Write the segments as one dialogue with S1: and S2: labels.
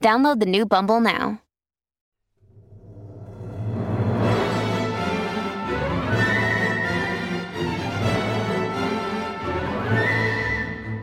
S1: Download the new Bumble now.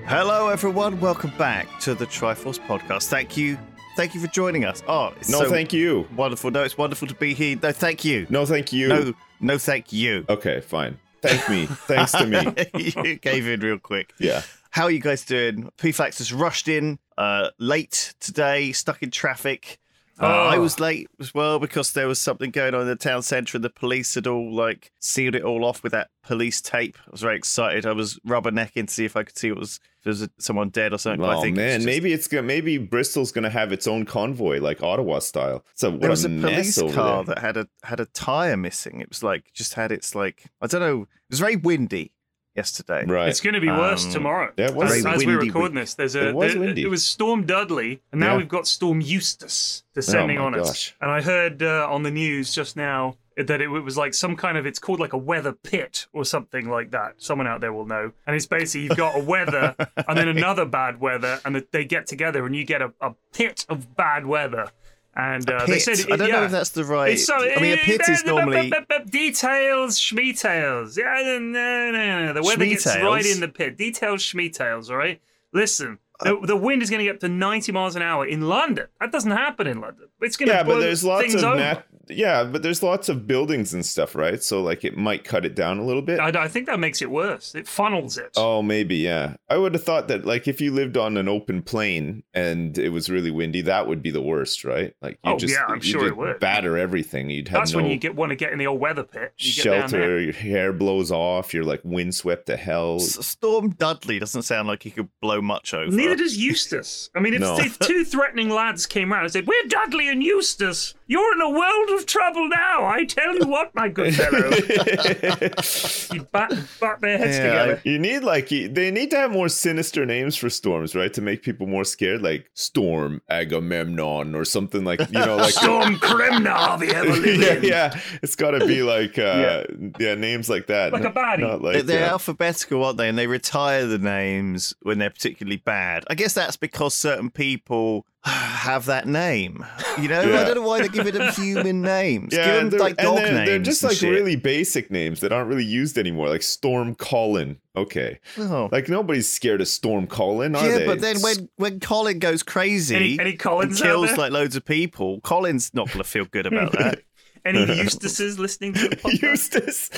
S2: Hello, everyone. Welcome back to the Triforce podcast. Thank you, thank you for joining us. Oh, it's
S3: No,
S2: so
S3: thank you.
S2: Wonderful. No, it's wonderful to be here. No, thank you.
S3: No, thank you.
S2: no, no thank you.
S3: Okay, fine. Thank me. Thanks to me.
S2: you gave in real quick.
S3: Yeah.
S2: How are you guys doing? PFAX has rushed in uh, late today, stuck in traffic. Uh,
S3: Oh.
S2: I was late as well because there was something going on in the town centre and the police had all like sealed it all off with that police tape. I was very excited. I was rubbernecking to see if I could see what was if there was someone dead or something. but I
S3: Oh
S2: think it was
S3: man,
S2: just-
S3: maybe it's gonna maybe Bristol's gonna have its own convoy like Ottawa style. So what
S2: there was a
S3: mess
S2: police
S3: over
S2: car
S3: there.
S2: that had a had a tire missing. It was like just had its like I don't know. It was very windy yesterday.
S3: right.
S4: It's going to be worse
S2: Um,
S4: tomorrow.
S3: Yeah, it was
S4: as,
S2: very
S4: as we're
S2: windy
S4: recording
S2: week.
S4: this, there's a
S3: It was
S4: there-
S3: windy.
S4: it was Storm Dudley, and now
S3: Yeah.
S4: we've got Storm Eustace descending
S3: Oh my
S4: on us.
S3: gosh.
S4: And I heard uh, on the news just now that it was like some kind of it's called like a weather pit or something like that. Someone out there will know. And it's basically you've got a weather and then another bad weather, and that they get together and you get a, a pit of bad weather. And uh, they
S2: pit?
S4: said
S2: I don't know
S4: yeah.
S2: if that's the right-
S4: It's so,
S2: I mean, a pit is normally-
S4: details, schmetails. Yeah, no, no, no, no. The weather gets right
S2: Schmeetails?
S4: in the pit. Details, schmetails. All right. Listen,
S3: Uh,
S4: the, the wind is going to get up to ninety miles an hour in London. That doesn't happen in London. It's going to
S3: yeah,
S4: blow
S3: but there's lots
S4: things
S3: of
S4: over.
S3: nat- yeah, but there's lots of buildings and stuff, right? So like it might cut it down a little bit.
S4: I, I think that makes it worse. It funnels it.
S3: Oh, maybe, yeah. I would have thought that, like, if you lived on an open plain and it was really windy, that would be the worst, right? Like, you
S4: Oh,
S3: just,
S4: yeah, I'm
S3: you
S4: sure it
S3: just
S4: would.
S3: batter everything. You'd have
S4: That's
S3: no
S4: when you get want to get in the old weather pit. You get down there.
S3: shelter. Your hair blows off. You're like windswept to hell.
S2: S- Storm Dudley doesn't sound like he could blow much over.
S4: Neither does Eustace. I mean, if,
S3: No.
S4: if two threatening lads came round and said, "We're Dudley and Eustace. You're in a world of trouble now." I tell you what, my good fellow. you bat, bat their heads
S2: Yeah,
S4: together.
S3: you need like you- they need to have more sinister names for storms, right? To make people more scared, like Storm Agamemnon or something like you know, like
S4: Storm Kremna, the ever
S3: yeah,
S4: living.
S3: yeah. It's got to be like uh, yeah. names like that,
S4: Like a baddie.
S3: Not
S2: They-
S3: like
S2: They're
S3: uh,
S2: alphabetical, aren't they? And they retire the names when they're particularly bad. I guess that's because certain people have that name. You know, I
S3: Yeah.
S2: don't know why they're giving them human names.
S3: Yeah,
S2: Give
S3: and
S2: them
S3: they're,
S2: like
S3: and
S2: dog
S3: they're,
S2: names.
S3: they're just
S2: and
S3: like
S2: shit.
S3: really basic names that aren't really used anymore, like Storm Colin. Okay,
S2: Oh.
S3: like nobody's scared of Storm Colin, are
S2: yeah,
S3: they?
S2: but then when, when Colin goes crazy
S4: Any- any
S2: and
S4: Collins out
S2: kills
S4: there?
S2: like loads of people, Colin's not going to feel good about that.
S4: Any of the Eustaces listening to the podcast?
S3: Eustace,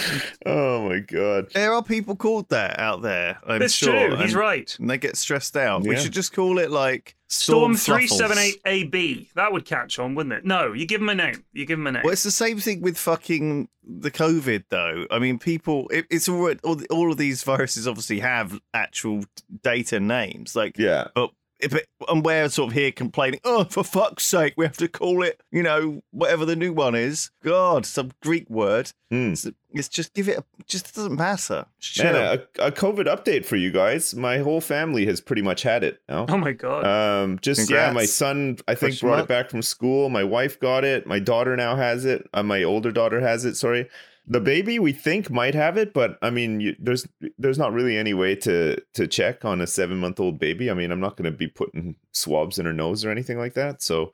S3: oh my god,
S2: There are people called that out there. I'm
S4: That's
S2: sure.
S4: true. He's
S2: and-
S4: right.
S2: And they get stressed out. We
S3: Yeah.
S2: should just call it like
S4: Storm
S2: Thruffles.
S4: three seven eight AB. That would catch on, wouldn't it? No, you give him a name. You give him a name.
S2: Well, it's the same thing with fucking the COVID, though. I mean, people, it, it's all, right- all all of these viruses obviously have actual data names, like
S3: yeah.
S2: But if it, and we're sort of here complaining, oh, for fuck's sake, we have to call it, you know, whatever the new one is. God, some Greek word.
S3: Hmm.
S2: It's, it's just give it. A, just doesn't matter. Sure.
S3: Man, a, a COVID update for you guys. My whole family has pretty much had it now.
S4: oh my god.
S3: Um, just yeah,
S2: Congrats.
S3: my son I think
S2: Question
S3: brought
S2: mark?
S3: it back from school. My wife got it. My daughter now has it. Uh, my older daughter has it. Sorry, the baby we think might have it, but I mean, you, there's there's not really any way to to check on a seven month old baby. I mean, I'm not going to be putting swabs in her nose or anything like that. So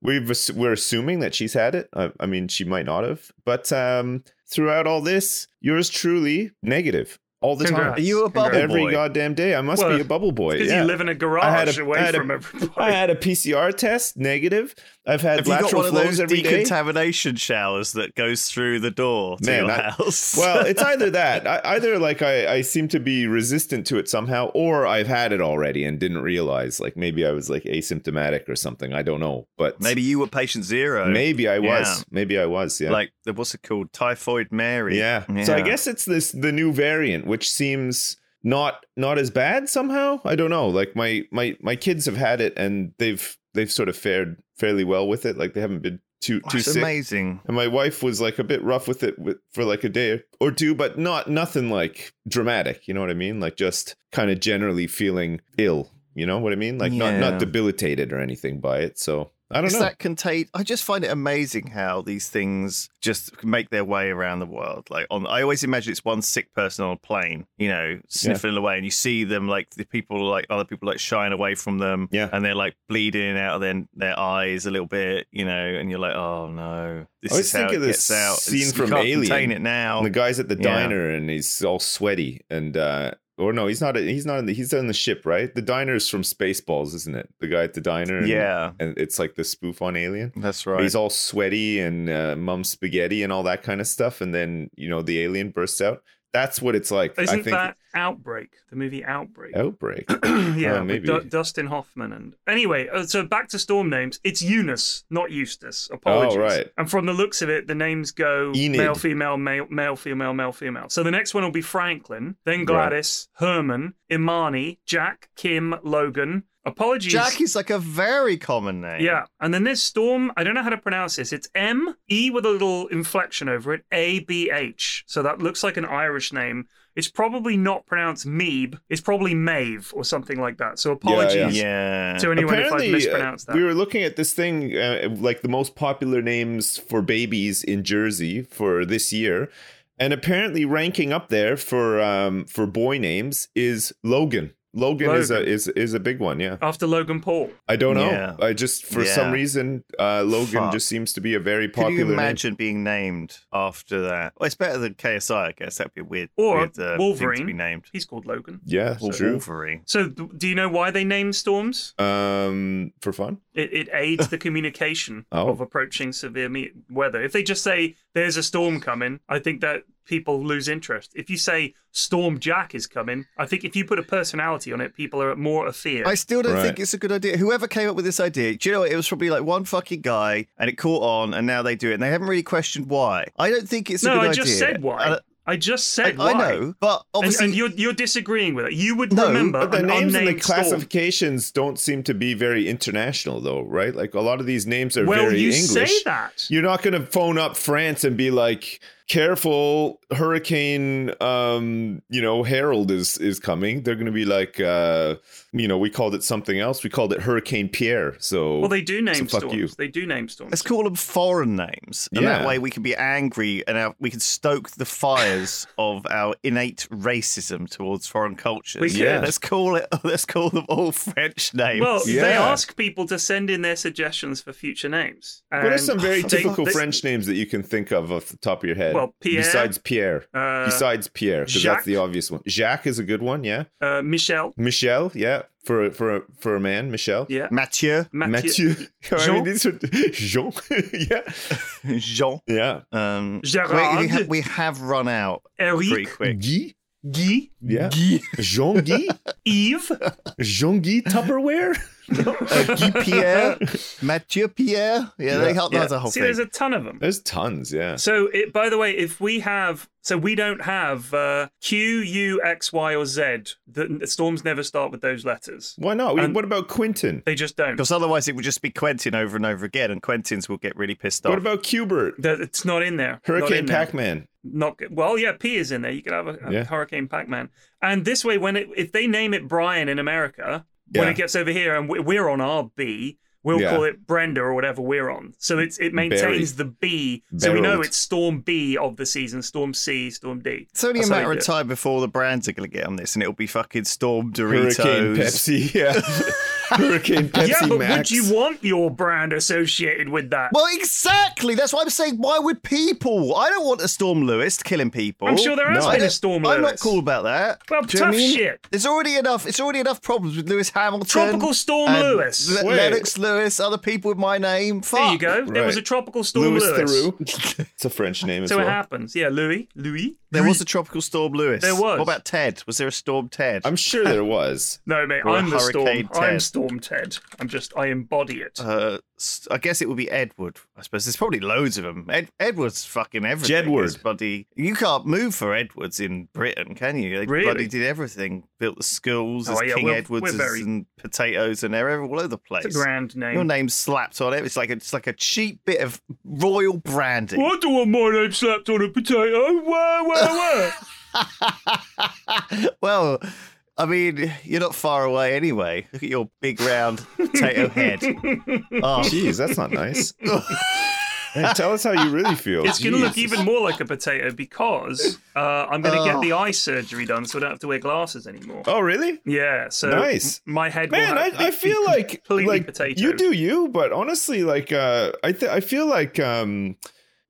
S3: we've ass- we're assuming that she's had it. I, I mean, she might not have, but um, throughout all this, yours truly negative all the
S4: Congrats.
S3: time.
S2: Are you a bubble
S4: Congrats.
S3: Every
S2: boy?
S3: goddamn day, I must
S4: Well,
S3: be a bubble boy.
S4: Because
S3: yeah.
S4: you live in a
S3: I had
S4: garage
S3: a-
S4: away
S3: I had a-
S4: from everybody.
S3: I had a PCR test negative. I've had
S2: Have you got
S3: lateral
S2: one of those
S3: flows every day.
S2: decontamination showers that goes through the door to
S3: Man,
S2: your
S3: I-
S2: house?
S3: well, it's either that, I, either like I, I seem to be resistant to it somehow, or I've had it already and didn't realize. Like maybe I was like asymptomatic or something. I don't know, but
S2: maybe you were patient zero.
S3: maybe I was.
S2: Yeah.
S3: Maybe I was. Yeah.
S2: Like the- what's it called? Typhoid Mary.
S3: yeah. So I guess it's this the new variant, which seems not not as bad somehow. I don't know. Like my my my kids have had it and they've they've sort of fared fairly well with it. Like they haven't been too
S2: Oh,
S3: too
S2: it's
S3: sick.
S2: amazing.
S3: And my wife was like a bit rough with it with, for like a day or two, but not nothing like dramatic. You know what I mean? Like just kind of generally feeling ill. You know what I mean? Like not
S2: Yeah.
S3: not debilitated or anything by it. So I don't
S2: Is
S3: know.
S2: that contain? I just find it amazing how these things just make their way around the world. Like on, I always imagine it's one sick person on a plane, you know, sniffing away, and you see them like the people, like other people, like shying away from them,
S3: Yeah.
S2: and they're like bleeding out of their their eyes a little bit, you know, and you're like, oh no, this is
S3: I always
S2: how
S3: think
S2: it
S3: of this
S2: gets out.
S3: scene
S2: It's- you
S3: from
S2: can't
S3: Alien.
S2: Contain it now.
S3: And the guy's at the
S2: Yeah.
S3: diner and he's all sweaty and uh or no, he's not he's not in the he's on the ship, right? The diner's from Spaceballs, isn't it? The guy at the diner and,
S2: yeah,
S3: and it's like the spoof on Alien.
S2: that's
S3: But
S2: right.
S3: He's all sweaty and uh, mum spaghetti and all that kind of stuff and then, you know, the alien bursts out. That's what it's like.
S4: Isn't
S3: I think
S4: that Outbreak? The movie Outbreak.
S3: outbreak.
S4: yeah,
S3: Oh,
S4: with
S3: maybe.
S4: Du- Dustin Hoffman and anyway. uh, So back to storm names. It's Eunice, not Eustace. Apologies.
S3: Oh, right.
S4: And from the looks of it, the names go
S3: Enid.
S4: male, female, male, male, female, male, female. So the next one will be Franklin, then
S3: Right.
S4: Gladys, Herman, Imani, Jack, Kim, Logan. Apologies.
S2: Jack is like a very common name.
S4: Yeah, and then there's Storm. I don't know how to pronounce this. It's M E with a little inflection over it. A B H. So that looks like an Irish name. It's probably not pronounced Meeb. It's probably Mave or something like that. So apologies
S2: yeah.
S4: to anyone
S3: Apparently,
S4: if
S3: uh,
S4: I've mispronounced that.
S3: we were looking at this thing, uh, like the most popular names for babies in Jersey for this year, and apparently ranking up there for um, for boy names is Logan. Logan, is a
S4: Logan.
S3: is is a big one, yeah.
S4: After Logan Paul.
S3: I don't know.
S2: Yeah.
S3: I just for
S2: Yeah.
S3: some reason uh, Logan
S2: Fuck.
S3: just seems to be a very
S2: Could
S3: popular.
S2: you
S3: name.
S2: imagine being named after that? Well, it's better than KSI, I guess. That'd be a weird.
S4: Or
S2: weird, uh,
S4: Wolverine.
S2: Thing to be named.
S4: He's called Logan.
S3: Yeah,
S2: Or
S3: true.
S2: Wolverine.
S4: So th- do you know why they name storms?
S3: Um, for fun.
S4: It, it aids the communication
S3: Oh.
S4: of approaching severe me- weather. If they just say there's a storm coming, I think that people lose interest. If you say Storm Jack is coming, I think if you put a personality on it, people are more afeared.
S2: I still don't
S3: Right.
S2: think it's a good idea. Whoever came up with this idea, do you know what? It was probably like one fucking guy, and it caught on, and now they do it, and they haven't really questioned why. I don't think it's a
S4: no,
S2: good
S4: I
S2: idea.
S4: just said why.
S3: Uh,
S2: And
S4: I just
S2: I,
S4: said
S2: I,
S4: why.
S2: know, but
S4: And-
S2: obviously,
S4: and, you're you're disagreeing with it. You would
S2: No,
S4: remember
S3: But the
S4: an
S3: names and
S4: unnamed
S3: the
S4: storm.
S3: classifications don't seem to be very international, though, right? Like a lot of these names are
S4: Well,
S3: very
S4: you
S3: English.
S4: say that.
S3: You're not going to phone up France and be like, "Careful, Hurricane, um, you know, Harold is is coming." They're going to be like, uh, you know, we called it something else. We called it Hurricane Pierre. So,
S4: well, they do name
S3: so fuck
S4: storms.
S3: you.
S4: They do name storms.
S2: let's call them foreign names, and that
S3: Yeah.
S2: way we can be angry and our, we can stoke the fires of our innate racism towards foreign cultures.
S4: We
S3: Yeah. could.
S2: Let's call it. Let's call them all French names.
S4: Well, they
S3: Yeah.
S4: ask people to send in their suggestions for future names. And
S3: what are some very
S4: they-
S3: typical
S4: they-
S3: French names that you can think of off the top of your head?
S4: Well, Pierre.
S3: Besides Pierre.
S4: Uh,
S3: Besides Pierre, because
S4: Jacques.
S3: that's the obvious one. Jacques is a good one, yeah.
S4: Uh, Michel.
S3: Michel, yeah, for for for a man, Michel.
S4: Yeah.
S2: Mathieu,
S4: Mathieu.
S3: Mathieu. I
S2: Jean.
S3: mean, these are Jean. yeah.
S2: Jean.
S3: Yeah.
S2: Um,
S4: Gerard.
S2: We, we, ha- we have run out pretty
S4: Eric.
S2: quick.
S3: Guy.
S4: Guy.
S3: Yeah. Jean Guy.
S4: Yves.
S3: Jean Guy Tupperware.
S2: Uh, Guy Pierre, Mathieu Pierre. Yeah, they
S3: Yeah.
S2: helped. That's a whole
S4: See,
S2: thing.
S4: there's a ton of them.
S3: There's tons, Oh, yeah.
S4: So, it, by the way, if we have, so we don't have uh, Q, U, X, Y, or Z. The, the storms never start with those letters.
S3: Why not? We-
S4: And-
S3: what about Quentin?
S4: They just don't.
S2: Because otherwise, it would just be Quentin over and over again, and Quentins will get really pissed off.
S3: What about Cubert?
S4: That- It's not in there. not
S3: Hurricane
S4: in there.
S3: Pac-Man.
S4: Not good. well, yeah. P is in there. You could have a, a
S3: Yeah.
S4: Hurricane Pac-Man, and this way, when it, if they name it Brian in America, when
S3: Yeah.
S4: it gets over here, and we- we're on our B, we'll
S3: Yeah.
S4: call it Brenda or whatever we're on. So it's it maintains the B, so we know
S3: Barreled.
S4: it's Storm B of the season, Storm C, Storm D.
S2: it's only a
S4: That's how they
S2: matter
S4: do
S2: of
S4: it.
S2: time before the brands are going to get on this, and it'll be fucking Storm Doritos,
S3: Hurricane Pepsi. Yeah. Hurricane Pepsi
S4: yeah, but
S3: Max.
S4: would you want your brand associated with that?
S2: Well, exactly. That's why I'm saying, why would people? I don't want a Storm Lewis killing people.
S4: I'm sure there has
S3: No,
S4: been
S3: I
S4: a storm.
S2: I'm not
S4: Lewis.
S2: cool about that.
S4: Well,
S2: Do you know what
S4: tough
S2: I mean?
S4: shit.
S2: There's already enough. It's already enough problems with Lewis Hamilton,
S4: Tropical Storm
S2: and
S4: Lewis.
S2: Le-
S3: Wait.
S2: Lennox Lewis, other people with my name. Fuck.
S4: There you go. There was
S3: Right.
S4: a tropical storm.
S3: Louis
S4: Lewis.
S3: Theroux. it's a French name as
S4: So it
S3: well.
S4: happens. Yeah, Louis. Louis.
S2: There was a tropical storm, Lewis.
S4: There was.
S2: What about Ted? Was there a storm, Ted?
S3: I'm sure there was.
S4: No, mate.
S2: Or a
S4: I'm the storm.
S2: Hurricane
S4: I'm
S2: Ted.
S4: Storm Ted. I'm just. I embody it.
S2: Uh, s- I guess it would be Edward. I suppose there's probably loads of them. Ed- Edward's fucking everything.
S3: Jedward.
S2: His Bloody, you can't move for Edwards in Britain, can you? They
S4: Really?
S2: bloody did everything. Built the schools
S4: Oh,
S2: as
S4: yeah,
S2: King
S4: we're-
S2: Edwards
S4: we're
S2: as-
S4: very-
S2: and potatoes, and they're ever- all over the place.
S4: it's a grand name.
S2: Your name's slapped on it. It's like a, it's like a cheap bit of royal branding.
S4: I don't want my name slapped on a potato. Wah, wah, wah.
S2: well, I mean, you're not far away anyway. Look at your big round potato head. Oh,
S3: Jeez, that's not nice. Hey, tell us how you really feel.
S4: It's going to look
S3: Jesus.
S4: even more like a potato because uh, I'm going to
S2: Oh.
S4: get the eye surgery done, so I don't have to wear glasses anymore.
S3: Oh, really?
S4: Yeah, so
S3: Nice.
S4: m- my head.
S3: Man,
S4: will
S3: I,
S4: have to be
S3: I feel like
S4: completely
S3: like
S4: potato.
S3: you do you, but honestly, like uh, I th- I feel like um,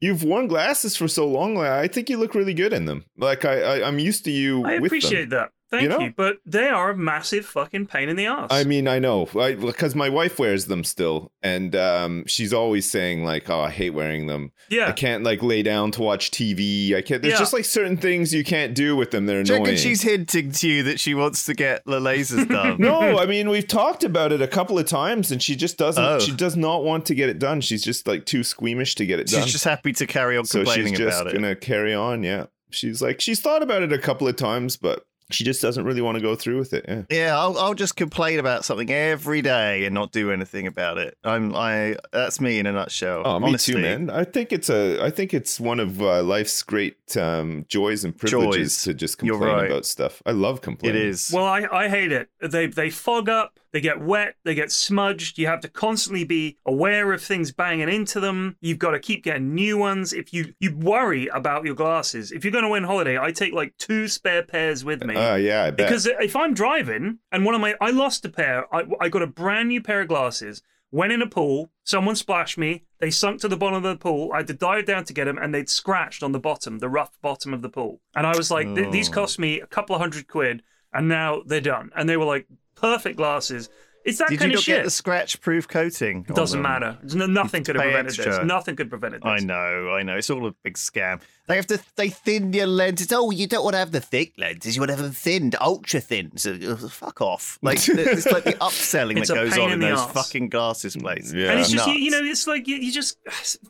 S3: you've worn glasses for so long. Like, I think you look really good in them. Like I, I I'm used to you.
S4: I
S3: with them.
S4: appreciate that. Thank you,
S3: You know?
S4: but they are a massive fucking pain in the ass.
S3: I mean, I know, because my wife wears them still, and um, she's always saying like, "Oh, I hate wearing them. I
S4: yeah,
S3: can't like lay down to watch TV. I can't." There's
S4: Yeah.
S3: just like certain things you can't do with them. They're
S2: Do you reckon
S3: annoying.
S2: she's hinting to you that she wants to get the lasers done.
S3: no, I mean we've talked about it a couple of times, and she just doesn't.
S2: Oh.
S3: She does not want to get it done. She's just like too squeamish to get it done.
S2: She's just happy to carry on
S3: so she's
S2: complaining
S3: just
S2: about it.
S3: gonna carry on. Yeah, she's like she's thought about it a couple of times, but she just doesn't really want to go through with it. Yeah.
S2: Yeah, I'll, I'll just complain about something every day and not do anything about it. I'm I that's me in a nutshell.
S3: Oh, me
S2: honestly.
S3: too, man. I think it's a. I think it's one of uh, life's great um, joys and privileges
S2: Joys.
S3: to just
S2: You're
S3: complain
S2: right.
S3: about stuff. I love
S2: It
S3: complaining.
S2: is.
S4: well, I, I hate it. They they fog up, they get wet, they get smudged. You have to constantly be aware of things banging into them. You've got to keep getting new ones. If you you worry about your glasses, if you're going to win holiday, I take like two spare pairs with me.
S3: Oh yeah, I bet.
S4: Because if I'm driving and one of my, I lost a pair. I, I got a brand new pair of glasses. Went in a pool. Someone splashed me. They sunk to the bottom of the pool. I had to dive down to get them, and they'd scratched on the bottom, the rough bottom of the pool. And I was like, "Th- these
S2: Oh.
S4: cost me a couple of hundred quid, and now they're done. And they were like perfect glasses. It's that
S2: Did you
S4: kind
S2: not
S4: of
S2: get oh,
S4: shit.
S2: the scratch proof coating? on
S4: Doesn't
S3: Oh,
S2: them?
S4: matter. No- nothing could have
S2: pay
S4: prevented
S2: extra.
S4: this. Nothing could have prevented this.
S2: I know, I know. It's all a big scam. They have to they thin your lenses. Oh, you don't want to have the thick lenses. You want to have them thinned, ultra thin. So uh, fuck off. Like it's like the upselling
S4: It's
S2: that
S4: a
S2: goes
S4: pain
S2: on
S4: in
S2: in
S4: the
S2: those
S4: arse.
S2: fucking glasses places.
S3: Yeah.
S4: and it's just you,
S2: Nuts.
S4: you know it's like you, you just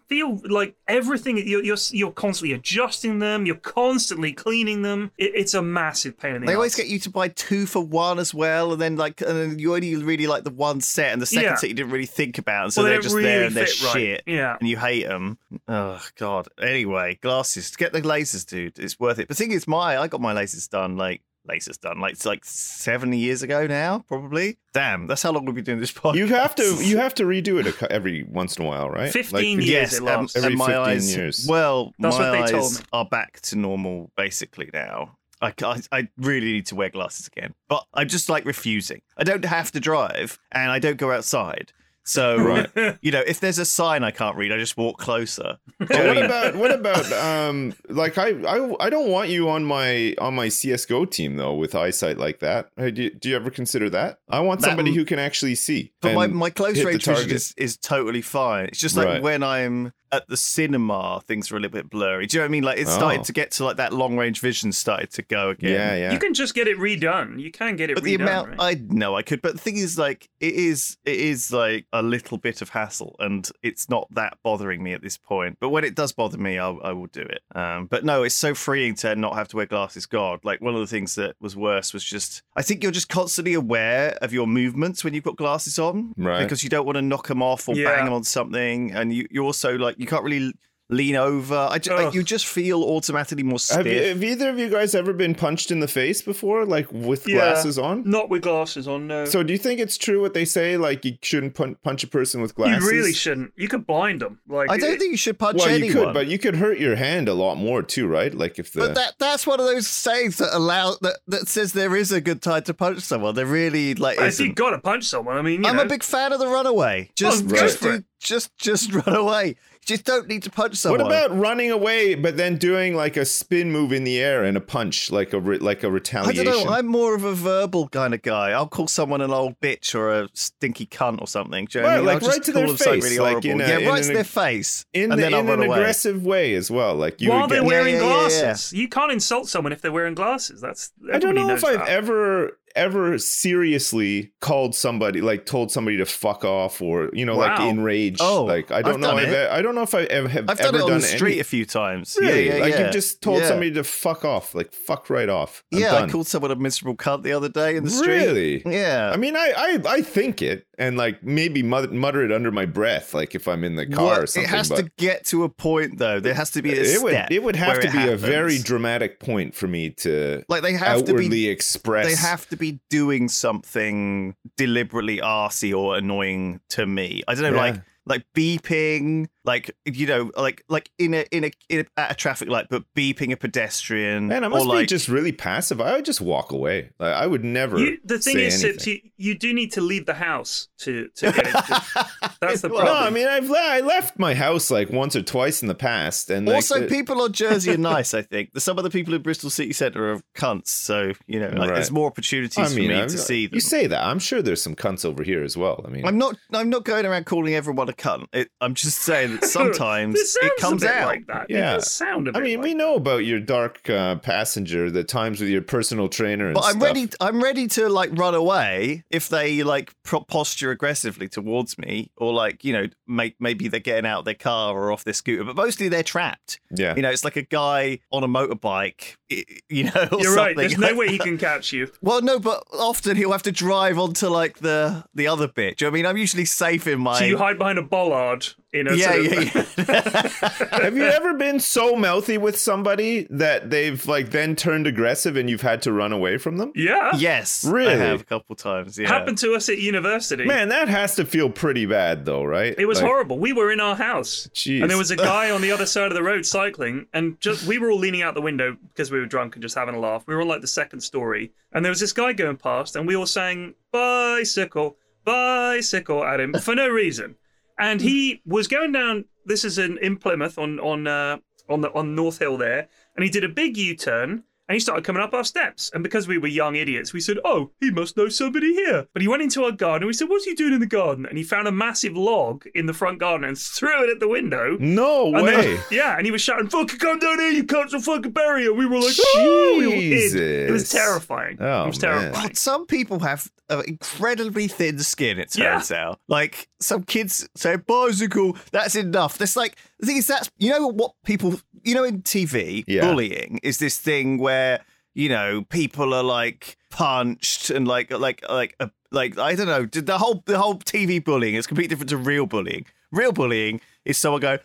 S4: feel like everything you're, you're you're constantly adjusting them you're constantly cleaning them it, it's a massive pain in the
S2: They
S4: ass.
S2: always get you to buy two for one as well, and then like, and then you only really like the one set, and the second
S4: Yeah.
S2: set you didn't really think about, and so
S4: Well,
S2: they're
S4: don't
S2: just
S4: really
S2: there and they're
S4: fit right.
S2: shit,
S4: yeah
S2: and you hate them. Oh god. Anyway, glasses. Get the lasers, dude. It's worth it. But thing is, my I got my lasers done like lasers done like it's like seven years ago now, probably. Damn, that's how long we've been doing this podcast.
S3: you have to you have to redo it a, cou- every once in a while, right?
S4: 15 years.
S2: Yes,
S4: it
S2: um,
S4: lasts.
S2: and
S3: Every
S2: my
S3: 15
S2: eyes.
S3: years.
S2: Well,
S4: That's
S2: my
S4: what they
S2: eyes
S4: told me.
S2: are back to normal basically now. I, c- I- I really need to wear glasses again, but I'm just like refusing. I don't have to drive, and I don't go outside. So,
S3: Right.
S2: you know, if there's a sign I can't read, I just walk closer. Do you know what
S3: But
S2: I
S3: what
S2: mean?
S3: about what about um like I, I I don't want you on my on my CS:GO team though with eyesight like that. Hey, Do you, do you ever consider that? I want
S2: That-
S3: somebody who can actually see.
S2: But my,
S3: and
S2: my close
S3: hit the
S2: range vision
S3: target.
S2: is, is totally fine. It's just like
S3: Right.
S2: when I'm at the cinema, things are a little bit blurry. Do you know what I mean? Like it started
S3: Oh.
S2: to get to like that long range vision started to go again.
S3: yeah, yeah.
S4: you can just get it redone you can get it
S2: but
S4: redone
S2: the amount
S4: right?
S2: I know I could, but the thing is, like, it is, it is like a little bit of hassle, and it's not that bothering me at this point. But when it does bother me, I'll, I will do it. Um, but no, it's so freeing to not have to wear glasses. God, like one of the things that was worse was just I think you're just constantly aware of your movements when you've got glasses on,
S3: Right.
S2: Because you don't want to knock them off or
S4: Yeah.
S2: bang on something, and you you also like you can't really lean over. I ju- I-
S4: Ugh.
S2: you just feel automatically more stiff.
S3: Have, you, have either of you guys ever been punched in the face before, like with
S4: Yeah.
S3: glasses on?
S4: Not with glasses on, no.
S3: So do you think it's true what they say? Like you shouldn't pun- punch a person with
S4: you
S3: glasses.
S4: really shouldn't. You could blind them. Like
S2: I don't think you should punch
S3: Well,
S2: anyone.
S3: you could, but you could hurt your hand a lot more too, right? Like if the
S2: But that that's one of those sayings that allow that, that says there is a good time to punch someone. There really like
S4: if you
S2: isn't.
S4: got to punch someone, I mean, you
S2: I'm
S4: know,
S2: a big fan of the runaway.
S3: Oh,
S2: Just
S4: go
S2: just
S4: for
S2: do,
S4: it.
S2: just just run away. You just don't need to punch someone.
S3: What about running away, but then doing like a spin move in the air and a punch, like a re- like a
S2: I
S3: retaliation?
S2: don't know. I'm more of a verbal kind of guy. I'll call someone an old bitch or a stinky cunt or something. Do you know what I
S3: Right,
S2: mean?
S3: like
S2: I'll just
S3: right to
S2: call
S3: their
S2: them something
S3: face,
S2: really
S3: like in
S2: horrible.
S3: a-
S2: yeah,
S3: in
S2: right
S3: an
S2: to
S3: ag-
S2: their face,
S3: in
S2: and
S3: the,
S2: then
S3: in
S2: I'll run
S3: an
S2: away.
S3: aggressive way as well. Like you
S4: while
S3: would
S4: they're
S3: get.
S2: Yeah,
S4: wearing
S2: yeah, yeah, yeah.
S4: glasses, you can't insult someone if they're wearing glasses. That's
S3: I don't
S4: everybody
S3: know if
S4: knows
S3: I've
S4: that.
S3: ever ever seriously called somebody like told somebody to fuck off or you know like
S4: Wow.
S3: enraged.
S2: Oh,
S3: like I
S2: I've
S3: don't know.
S2: done
S3: I've,
S2: it.
S3: I don't know if I ever have
S2: I've done
S3: ever
S2: it on
S3: done
S2: the
S3: any-
S2: street a few times.
S3: Really?
S2: Yeah, yeah,
S3: like
S2: yeah.
S3: you've just told
S2: Yeah.
S3: somebody to fuck off, like fuck right off. I'm
S2: yeah,
S3: done.
S2: I called someone a miserable cunt the other day in the street.
S3: Really?
S2: Yeah.
S3: I mean, I, I I think it, and like maybe mutter, mutter it under my breath, like if I'm in the car
S2: Well,
S3: or something.
S2: It has
S3: but
S2: to get to a point, though. There has to be a
S3: it
S2: step.
S3: would it would have
S2: where
S3: to
S2: it
S3: be a very
S2: happens.
S3: dramatic point for me to
S2: like they have to
S3: outwardly
S2: be
S3: express.
S2: they have to be doing something deliberately arsy or annoying to me. I don't know,
S3: Yeah.
S2: like like beeping, like you know, like like in a in a, in a at a traffic light, but beeping a pedestrian.
S3: Man, I
S2: or
S3: must
S2: like,
S3: be just really passive. I would just walk away. Like, I would never.
S4: You, the thing
S3: say
S4: is, Sips,
S3: anything.
S4: you, you do need to leave the house to, to get it. That's the problem.
S3: no, I mean I've le- I left my house like once or twice in the past, and like,
S2: Also,
S3: the-
S2: people on Jersey are nice. I think some of the people in Bristol city centre are cunts, so you know like,
S3: Right.
S2: there's more opportunities
S3: I mean,
S2: for me
S3: I'm-
S2: to see them.
S3: you say that. I'm sure there's some cunts over here as well. I mean,
S2: I'm not. I'm not going around calling everyone a cunt. It, I'm just saying that sometimes
S4: This sounds
S2: it comes
S4: a bit
S2: out.
S4: like that.
S3: Yeah.
S4: It does sound a
S3: I
S4: bit
S3: mean,
S4: like
S3: we know about your dark uh, passenger, the times with your personal trainer and
S2: but I'm
S3: stuff.
S2: ready. I'm ready to like run away if they like pro- posture aggressively towards me, or like you know, make, maybe they're getting out of their car or off their scooter. But mostly they're trapped.
S3: Yeah.
S2: You know, it's like a guy on a motorbike. i- You know, or
S4: You're
S2: something.
S4: right. There's no way he can catch you.
S2: Well, no, but often he'll have to drive onto like the the other bit. Do you know what I mean? I'm usually safe in my.
S4: So you hide behind a bollard. You know,
S2: yeah,
S4: sort of-
S2: yeah, yeah.
S3: Have you ever been so mouthy with somebody that they've like then turned aggressive and you've had to run away from them?
S4: yeah.
S2: yes, I
S3: Really?
S2: have a couple times. Yeah.
S4: Happened to us at university.
S3: Man, that has to feel pretty bad though, right?
S4: It was
S3: Like,
S4: horrible. We were in our house,
S3: Jeez.
S4: and there was a guy on the other side of the road cycling, and just we were all leaning out the window because we were drunk and just having a laugh. We were on like the second story, and there was this guy going past, and we all sang bicycle, bicycle at him for no reason, and he was going down. This is in, in Plymouth on on uh, on the on North Hill there, and he did a big U turn. And he started coming up our steps. And because we were young idiots, we said, Oh, he must know somebody here. But he went into our garden and we said, What are you doing in the garden? And he found a massive log in the front garden and threw it at the window.
S3: No
S4: And then-
S3: way.
S4: yeah, and he was shouting, Fucking come down here, you cunts will fucking bury her. We were like, Oh, we all hid. It was
S3: Jesus.
S4: terrifying.
S3: Oh,
S4: it was
S3: man.
S4: terrifying.
S2: God, some people have uh, incredibly thin skin. It
S4: Yeah.
S2: turns out, like some kids say bicycle. That's enough. That's like the thing is that's you know what people you know in TV
S3: Yeah.
S2: bullying is this thing where you know people are like punched and like like like uh, like I don't know the whole the whole TV bullying is completely different to real bullying. Real bullying is someone going.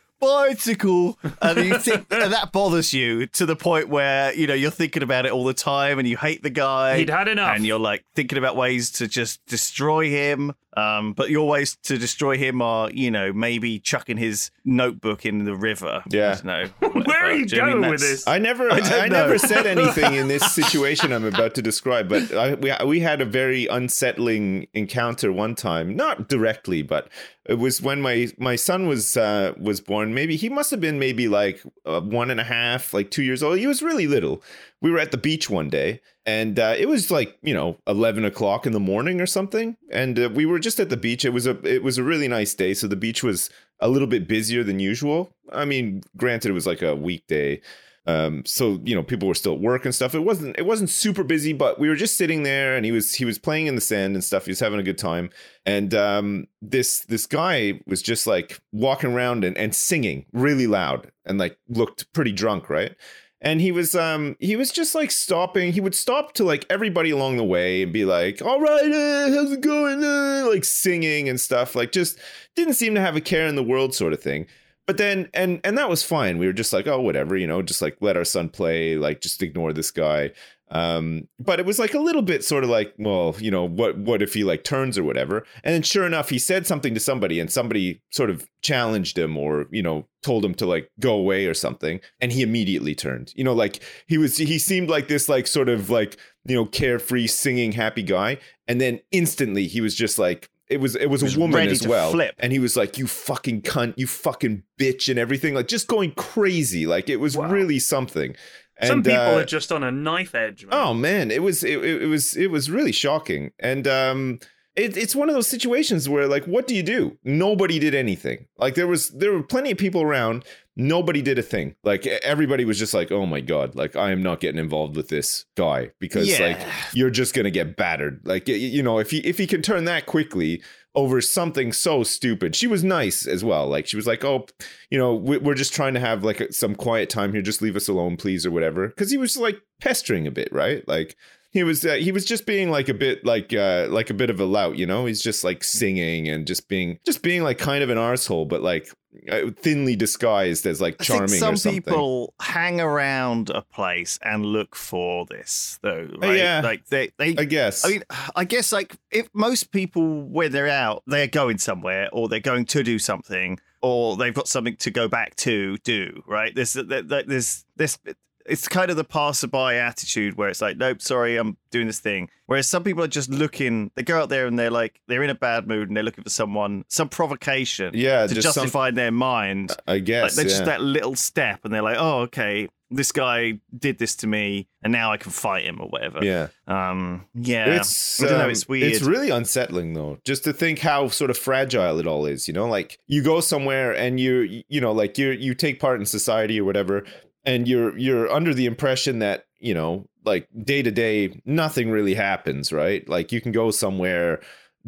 S2: Bicycle, and you think and that bothers you to the point where you know you're thinking about it all the time, and you hate the guy.
S4: He'd had enough.
S2: And you're like thinking about ways to just destroy him. Um, but your ways to destroy him are, you know, maybe chucking his notebook in the river.
S3: Yeah.
S2: No.
S4: Where are you going with this?
S3: I never,
S2: I
S3: I,
S2: don't know.
S3: never said anything in this situation I'm about to describe, but I, we we had a very unsettling encounter one time, not directly, but it was when my my son was uh, was born. Maybe he must have been maybe like uh, one and a half, like two years old. He was really little. We were at the beach one day, and uh, it was like you know eleven o'clock in the morning or something, and uh, we were just at the beach. It was a it was a really nice day, so the beach was a little bit busier than usual. I mean, granted, it was like a weekday, um so you know people were still at work and stuff it wasn't it wasn't super busy but we were just sitting there and he was he was playing in the sand and stuff he was having a good time and um this this guy was just like walking around and, and singing really loud and like looked pretty drunk right and he was um he was just like stopping he would stop to like everybody along the way and be like all right uh, how's it going uh, like singing and stuff like just didn't seem to have a care in the world sort of thing but then and and that was fine. We were just like, oh, whatever, you know, just like let our son play, like just ignore this guy. Um, but it was like a little bit sort of like, well, you know, what what if he like turns or whatever? And then sure enough, he said something to somebody, and somebody sort of challenged him or you know told him to like go away or something, and he immediately turned. You know, like he was he seemed like this like sort of like you know carefree singing happy guy, and then instantly he was just like it was it was,
S2: was
S3: a woman
S2: ready
S3: as
S2: to
S3: well
S2: flip.
S3: and he was like you fucking cunt you fucking bitch and everything like just going crazy like it was
S4: Wow.
S3: really something and
S4: Some people
S3: uh,
S4: are just on a knife edge. Man.
S3: oh man it was it, it it was it was really shocking and um it, it's one of those situations where like what do you do nobody did anything like there was there were plenty of people around nobody did a thing like e- everybody was just like oh my god like i am not getting involved with this guy because
S2: Yeah.
S3: like you're just gonna get battered like y- y- you know if he if he can turn that quickly over something so stupid she was nice as well like she was like oh you know we- we're just trying to have like a- some quiet time here just leave us alone please or whatever because he was like pestering a bit right like he was uh, he was just being like a bit like uh like a bit of a lout you know he's just like singing and just being just being like kind of an arsehole but like uh, thinly disguised as like
S2: I
S3: charming
S2: think some
S3: or something
S2: people hang around a place and look for this, though. Right?
S3: yeah.
S2: like they, they
S3: i guess
S2: I mean, I guess like if most people, when they're out, they're going somewhere or they're going to do something or they've got something to go back to do, right? There's, there- there- there's, this. It's kind of the passerby attitude where it's like, nope, sorry, I'm doing this thing. Whereas some people are just looking, they go out there and they're like, they're in a bad mood and they're looking for someone, some provocation
S3: yeah
S2: to
S3: just some-
S2: justify their mind.
S3: i
S2: Like
S3: guess
S2: they're
S3: yeah.
S2: just that little step and they're like, oh, okay, this guy did this to me and now I can fight him or whatever.
S3: yeah
S2: Um, yeah,
S3: It's
S2: I don't know,
S3: um,
S2: it's weird.
S3: really unsettling though, just to think how sort of fragile it all is. You know, like you go somewhere and you you know like you you take part in society or whatever, and you're you're under the impression that you know like day to day nothing really happens, right? Like you can go somewhere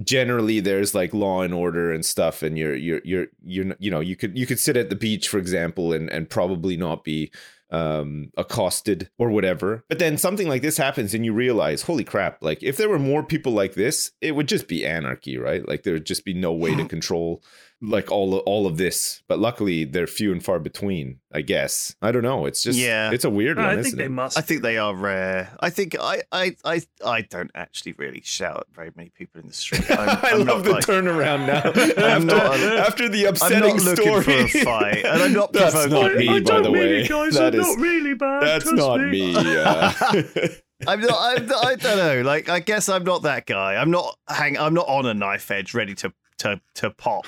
S3: generally there's like law and order and stuff and you're you're you're you're n- you know you could you could sit at the beach for example and and probably not be um accosted or whatever but then something like this happens and you realize holy crap like if there were more people like this it would just be anarchy right like there would just be no way to control like all all of this but luckily they're few and far between i guess i don't know it's just
S2: Yeah.
S3: it's a weird
S4: No,
S3: one
S4: I think
S3: isn't
S4: they
S3: it
S4: must.
S2: I think they are rare. I think I, I, I, I don't actually really shout at very many people in the street. I'm,
S3: I
S2: I'm
S3: love
S2: not
S3: the
S2: like,
S3: turnaround now. after,
S2: I'm not-
S3: after the
S2: I'm
S3: upsetting
S2: not looking
S3: story.
S2: for a fight, and I'm not
S3: That's
S2: provoking.
S3: not
S4: I, I
S3: me, by
S4: don't
S3: the
S4: mean
S3: way.
S4: it, guys.
S3: That
S4: I'm
S3: is-
S4: not really bad.
S3: That's
S4: trust
S3: not me. uh,
S2: I'm not, I'm not. I don't know. Like, I guess I'm not that guy. I'm not hang. I'm not on a knife edge, ready to to to pop.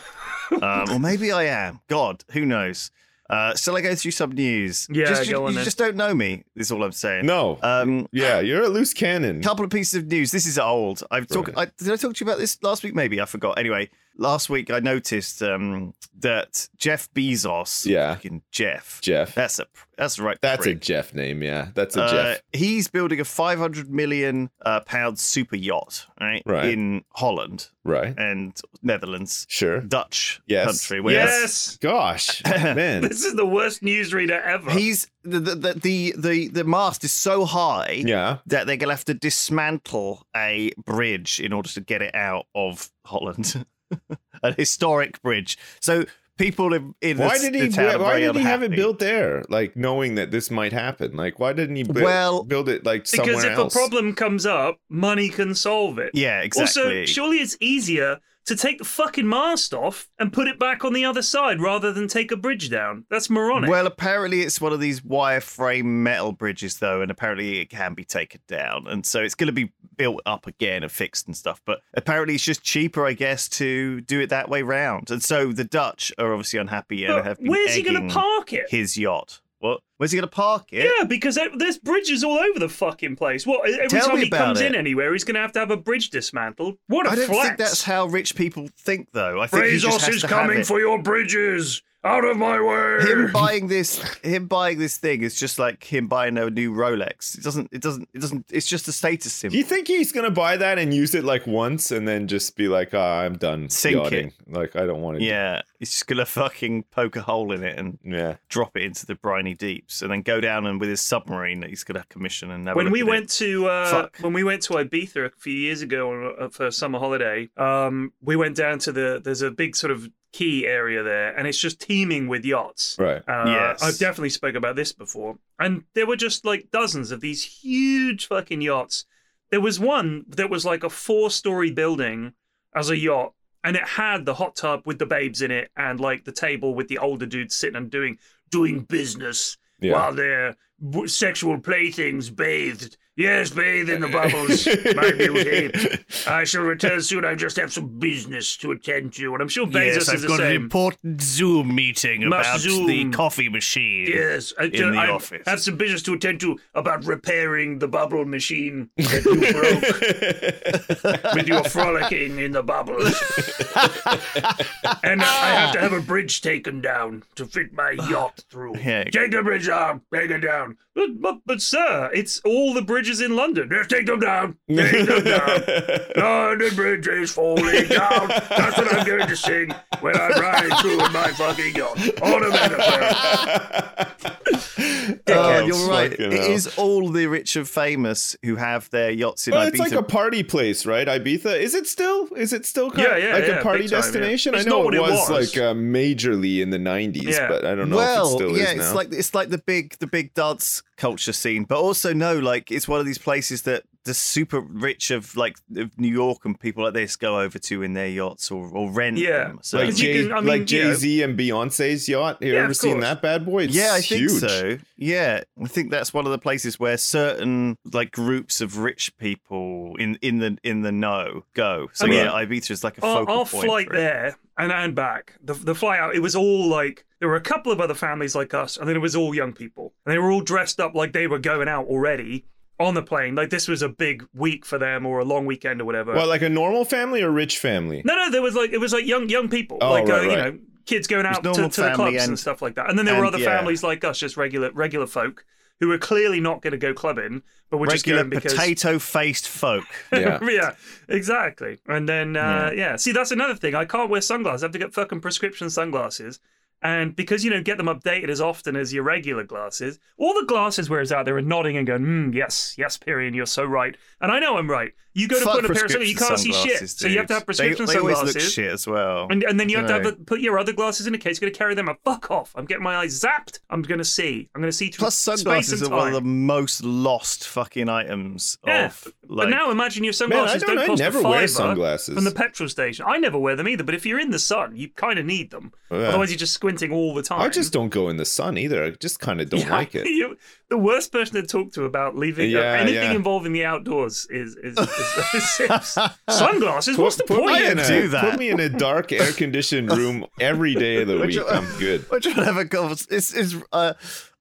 S2: Um, or maybe I am. God, who knows? Uh, shall I go through some news?
S4: Yeah,
S2: just,
S4: go
S2: you,
S4: on
S2: you
S4: then.
S2: just don't know me. Is all I'm saying.
S3: uh, no.
S2: Um,
S3: yeah, you're a loose cannon.
S2: couple of pieces of news. This is old. I've talked. I, did I talk to you about this last week? Maybe I forgot. Anyway, last week I noticed um, that Jeff Bezos.
S3: Yeah.
S2: fucking Jeff.
S3: Jeff.
S2: That's a that's the right.
S3: That's a
S2: prick.
S3: Jeff name, yeah. That's a
S2: Uh,
S3: Jeff.
S2: he's building a 500 million uh, pound super yacht, right?
S3: Right.
S2: In Holland
S3: Right.
S2: and Netherlands,
S3: Sure.
S2: Dutch
S3: Yes.
S2: country.
S4: Me.
S2: Where
S4: Yes.
S3: Gosh. man.
S4: This is the worst newsreader ever.
S2: he's the the, the the the mast is so high
S3: Yeah.
S2: that they're gonna have to dismantle a bridge in order to get it out of Holland, a historic bridge. So people in, in
S3: Why
S2: the,
S3: did
S2: the
S3: he
S2: town are
S3: why
S2: very
S3: did he have it
S2: unhappy.
S3: built there? Like knowing that this might happen. Like why didn't he bu-
S2: Well,
S3: build it like somewhere
S4: because if
S3: else?
S4: a problem comes up, money can solve it.
S2: Yeah, exactly.
S4: Also, surely it's easier to take the fucking mast off and put it back on the other side rather than take a bridge down. That's moronic.
S2: Well, apparently it's one of these wireframe metal bridges, though, and apparently it can be taken down, and so it's going to be built up again and fixed and stuff. But apparently it's just cheaper, I guess, to do it that way round. And so the Dutch are obviously unhappy and
S4: But
S2: have been
S4: where's he going
S2: egging
S4: to park it?
S2: his yacht? What? Where's he going to park it?
S4: Yeah, because there- there's bridges all over the fucking place. What? Every
S2: Tell
S4: time
S2: me
S4: he comes
S2: about
S4: in
S2: it.
S4: anywhere, he's going to have to have a bridge dismantled. What a
S2: I don't
S4: flex!
S2: think that's how rich people think, though. I think he just has to have it.
S4: your bridges. Out of my way.
S2: him buying this him buying this thing is just like him buying a new Rolex. It doesn't it doesn't it doesn't it's just a status
S3: Do
S2: symbol.
S3: you think he's gonna buy that and use it like once and then just be like, ah, I'm done
S2: Sink it.
S3: yachting. Like I don't want to
S2: Yeah, he's just gonna fucking poke a hole in it and
S3: yeah.
S2: drop it into the briny deep. ships and then go down and with his submarine that he's going to commission and have a
S4: when
S2: look
S4: we
S2: at it.
S4: went to uh,
S2: Fuck.
S4: when we went to Ibiza a few years ago on, uh, for a summer holiday, um, we went down to the there's a big sort of key area there, and it's just teeming with yachts.
S3: Right.
S4: Uh,
S2: Yes.
S4: I've definitely spoke about this before, and there were just like dozens of these huge fucking yachts. There was one that was like a four-story building as a yacht, and it had the hot tub with the babes in it, and like the table with the older dudes sitting and doing doing business
S3: Yeah.
S4: while their w- sexual playthings bathed. Yes, bathe in the bubbles, my beauty. I shall return soon. I just have some business to attend to, and I'm sure Bezos
S2: yes,
S4: is
S2: I've
S4: the
S2: got an
S4: same.
S2: important Zoom meeting
S4: Must
S2: about the
S4: Zoom.
S2: coffee machine.
S4: Yes, I,
S2: in the
S4: I
S2: office.
S4: have some business to attend to about repairing the bubble machine that you broke with your frolicking in the bubbles. and I have to have a bridge taken down to fit my yacht through.
S2: Yeah.
S4: Take the bridge down, take it down. But, but, but, sir, it's all the bridges in London. Yes, take them down, take them down. London Bridge is falling down. That's what I'm going to sing when I'm riding through in my fucking yacht on a metaphor.
S2: Oh,
S3: Oh,
S2: you're right.
S3: fucking
S2: It
S3: hell.
S2: is all the rich and famous who have their yachts in
S3: Well,
S2: Ibiza.
S3: it's like a party place, right? Ibiza. Is it still? Is it still kind
S4: Yeah,
S3: of
S4: yeah,
S3: like
S4: yeah,
S3: a
S4: big
S3: party
S4: time, yeah.
S3: destination?
S4: It's
S3: I know
S4: not what
S3: it
S4: it
S3: was,
S4: was.
S3: like uh, majorly in the '90s,
S4: Yeah.
S3: but I don't know
S2: well,
S3: if it still
S2: yeah,
S3: is now.
S2: it's like it's like the big the big dance culture scene, but also no, like it's one of these places that the super rich of like of New York and people like this go over to in their yachts or, or rent.
S4: Yeah.
S2: them. so
S3: like
S4: Because you
S3: Jay,
S4: can- I mean, you know-
S3: Z and Beyonce's yacht. Have you
S4: Yeah,
S3: ever
S4: of
S3: seen
S4: course.
S3: that bad boy? It's
S2: yeah, I think
S3: huge.
S2: so. Yeah, I think that's one of the places where certain like groups of rich people in in the in the know go. So
S4: I mean,
S2: yeah, Ibiza is like a
S4: our,
S2: focal
S4: our
S2: point.
S4: flight
S2: for it.
S4: there and and back the, the flight out it was all like there were a couple of other families like us and then it was all young people and they were all dressed up like they were going out already on the plane like this was a big week for them or a long weekend or whatever
S2: uh,
S3: Well, like a normal family or rich family?
S4: no no there was like it was like young young people
S3: Oh,
S4: like
S3: right,
S4: uh, you
S3: right.
S4: know kids going out to,
S2: normal
S4: to the
S2: family
S4: clubs and,
S2: and-
S4: stuff like that and then there were
S2: and,
S4: other
S2: yeah.
S4: families like us just regular regular folk who were clearly not going to go clubbing but were just
S2: regular
S4: going because
S2: potato-faced folk.
S3: Yeah.
S4: yeah, exactly. And then, uh, yeah. See, that's another thing. I can't wear sunglasses. I have to get fucking prescription sunglasses. And because you know, get them updated as often as your regular glasses. All the glasses wearers out there are nodding and going, mm, "Yes, yes, Perian, you're so right." And I know I'm right. You go to
S2: Fuck
S4: put on a pair of
S2: prescription
S4: sunglasses, you can't see shit.
S2: sunglasses,
S4: So you have to
S2: dude.
S4: have prescription
S2: they, they
S4: sunglasses.
S2: always look shit as well.
S4: And, and then you have to have
S2: No.
S4: a, put your other glasses in a case. You're going to carry them. out. Fuck off! I'm getting my eyes zapped. I'm going to see. I'm going to see through
S2: Plus,
S4: space
S2: sunglasses are
S4: and
S2: one
S4: time.
S2: of the most lost fucking items
S4: Yeah,
S2: of
S4: but
S2: like.
S4: now imagine your
S3: Man, I
S4: sunglasses
S3: don't.
S4: don't,
S3: I
S4: cost
S3: never
S4: a
S3: wear
S4: fiver
S3: sunglasses.
S4: from the petrol station. I never wear them either, but if you're in the sun, you kind of need them.
S3: Oh, Yeah.
S4: Otherwise, you're just squinting all the time.
S3: I just don't go in the sun either. I just kind of don't
S4: Yeah,
S3: like it.
S4: you- the worst person to talk to about leaving uh,
S3: Yeah,
S4: anything
S3: yeah.
S4: involving the outdoors is is, is, is, is- sunglasses. What's the
S3: put
S4: point?
S3: Me in
S2: I
S3: a,
S2: do that.
S3: Put me in a dark, air-conditioned room every day of the week. I'm good.
S2: We're trying to have a convers- It's, it's, uh,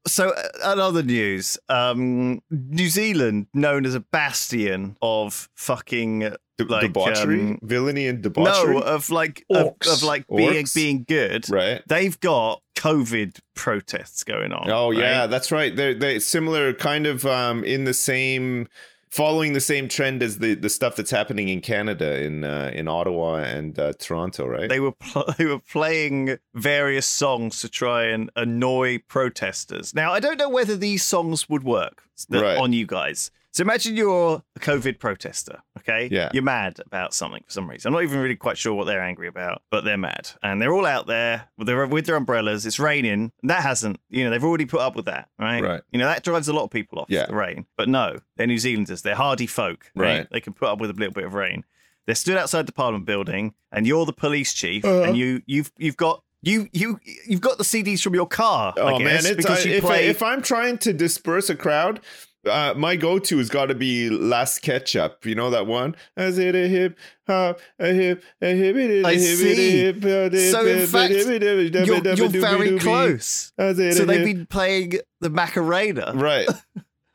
S2: so, uh, another news um, New Zealand, known as a bastion of fucking.
S3: De-
S2: like,
S3: debauchery,
S2: um,
S3: villainy, and debauchery.
S2: No, uh, of like of,
S4: Orcs.
S2: of like being
S3: Orcs?
S2: being good.
S3: right.
S2: They've got COVID protests going on.
S3: Oh yeah,
S2: right?
S3: that's right. They're they similar, kind of um, in the same, following the same trend as the the stuff that's happening in Canada, in uh, in Ottawa and uh, Toronto, right?
S2: They were pl- they were playing various songs to try and annoy protesters. Now I don't know whether these songs would work that-
S3: Right.
S2: on you guys. So imagine you're a COVID protester, okay?
S3: Yeah.
S2: You're mad about something for some reason. I'm not even really quite sure what they're angry about, but they're mad. And they're all out there with their, with their umbrellas. It's raining. That hasn't, you know, they've already put up with that, right?
S3: Right.
S2: You know, that drives a lot of people off
S3: Yeah.
S2: the rain. But no, they're New Zealanders. They're hardy folk.
S3: Right.
S2: They can put up with a little bit of rain. They're stood outside the Parliament building, and you're the police chief,
S3: Uh-huh.
S2: and you you've you've got you you you've got the CDs from your car. I
S3: Oh
S2: guess,
S3: man, it's,
S2: because
S3: I,
S2: you
S3: if, I,
S2: play.
S3: if I'm trying to disperse a crowd, uh, my go-to has got to be Last Ketchup. You know that one? I said a hip hop, a hip, a hip, a
S2: I
S3: hip,
S2: see.
S3: a hip, uh, a hip,
S2: so
S3: a
S2: in fact,
S3: hip, a hip, a hip,
S2: you're,
S3: a
S2: you're
S3: hip, a
S2: very
S3: hip, a hip,
S2: close.
S3: a hip,
S2: So
S3: a
S2: they've
S3: hip.
S2: been playing the Macarena,
S3: right.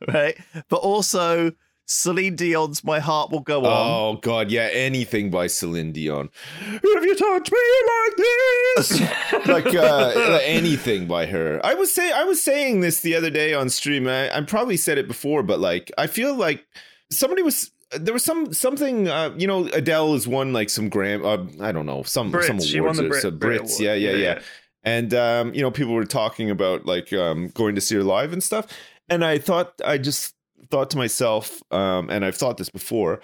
S2: right? But also Celine Dion's "My Heart Will Go On."
S3: Oh god, yeah, anything by Celine Dion. If you touch me like this, like uh, like anything by her. I was say I was saying this the other day on stream. and I, I probably said it before, but like I feel like somebody was. There was some something uh, you know Adele has won like some Gram uh, I don't know some
S4: Brits.
S3: some awards
S4: she won the
S3: or
S4: Brit,
S3: some Brits
S4: Brit Award.
S3: yeah yeah yeah and um, you know people were talking about like um, going to see her live and stuff and i thought i just thought to myself um, and i've thought this before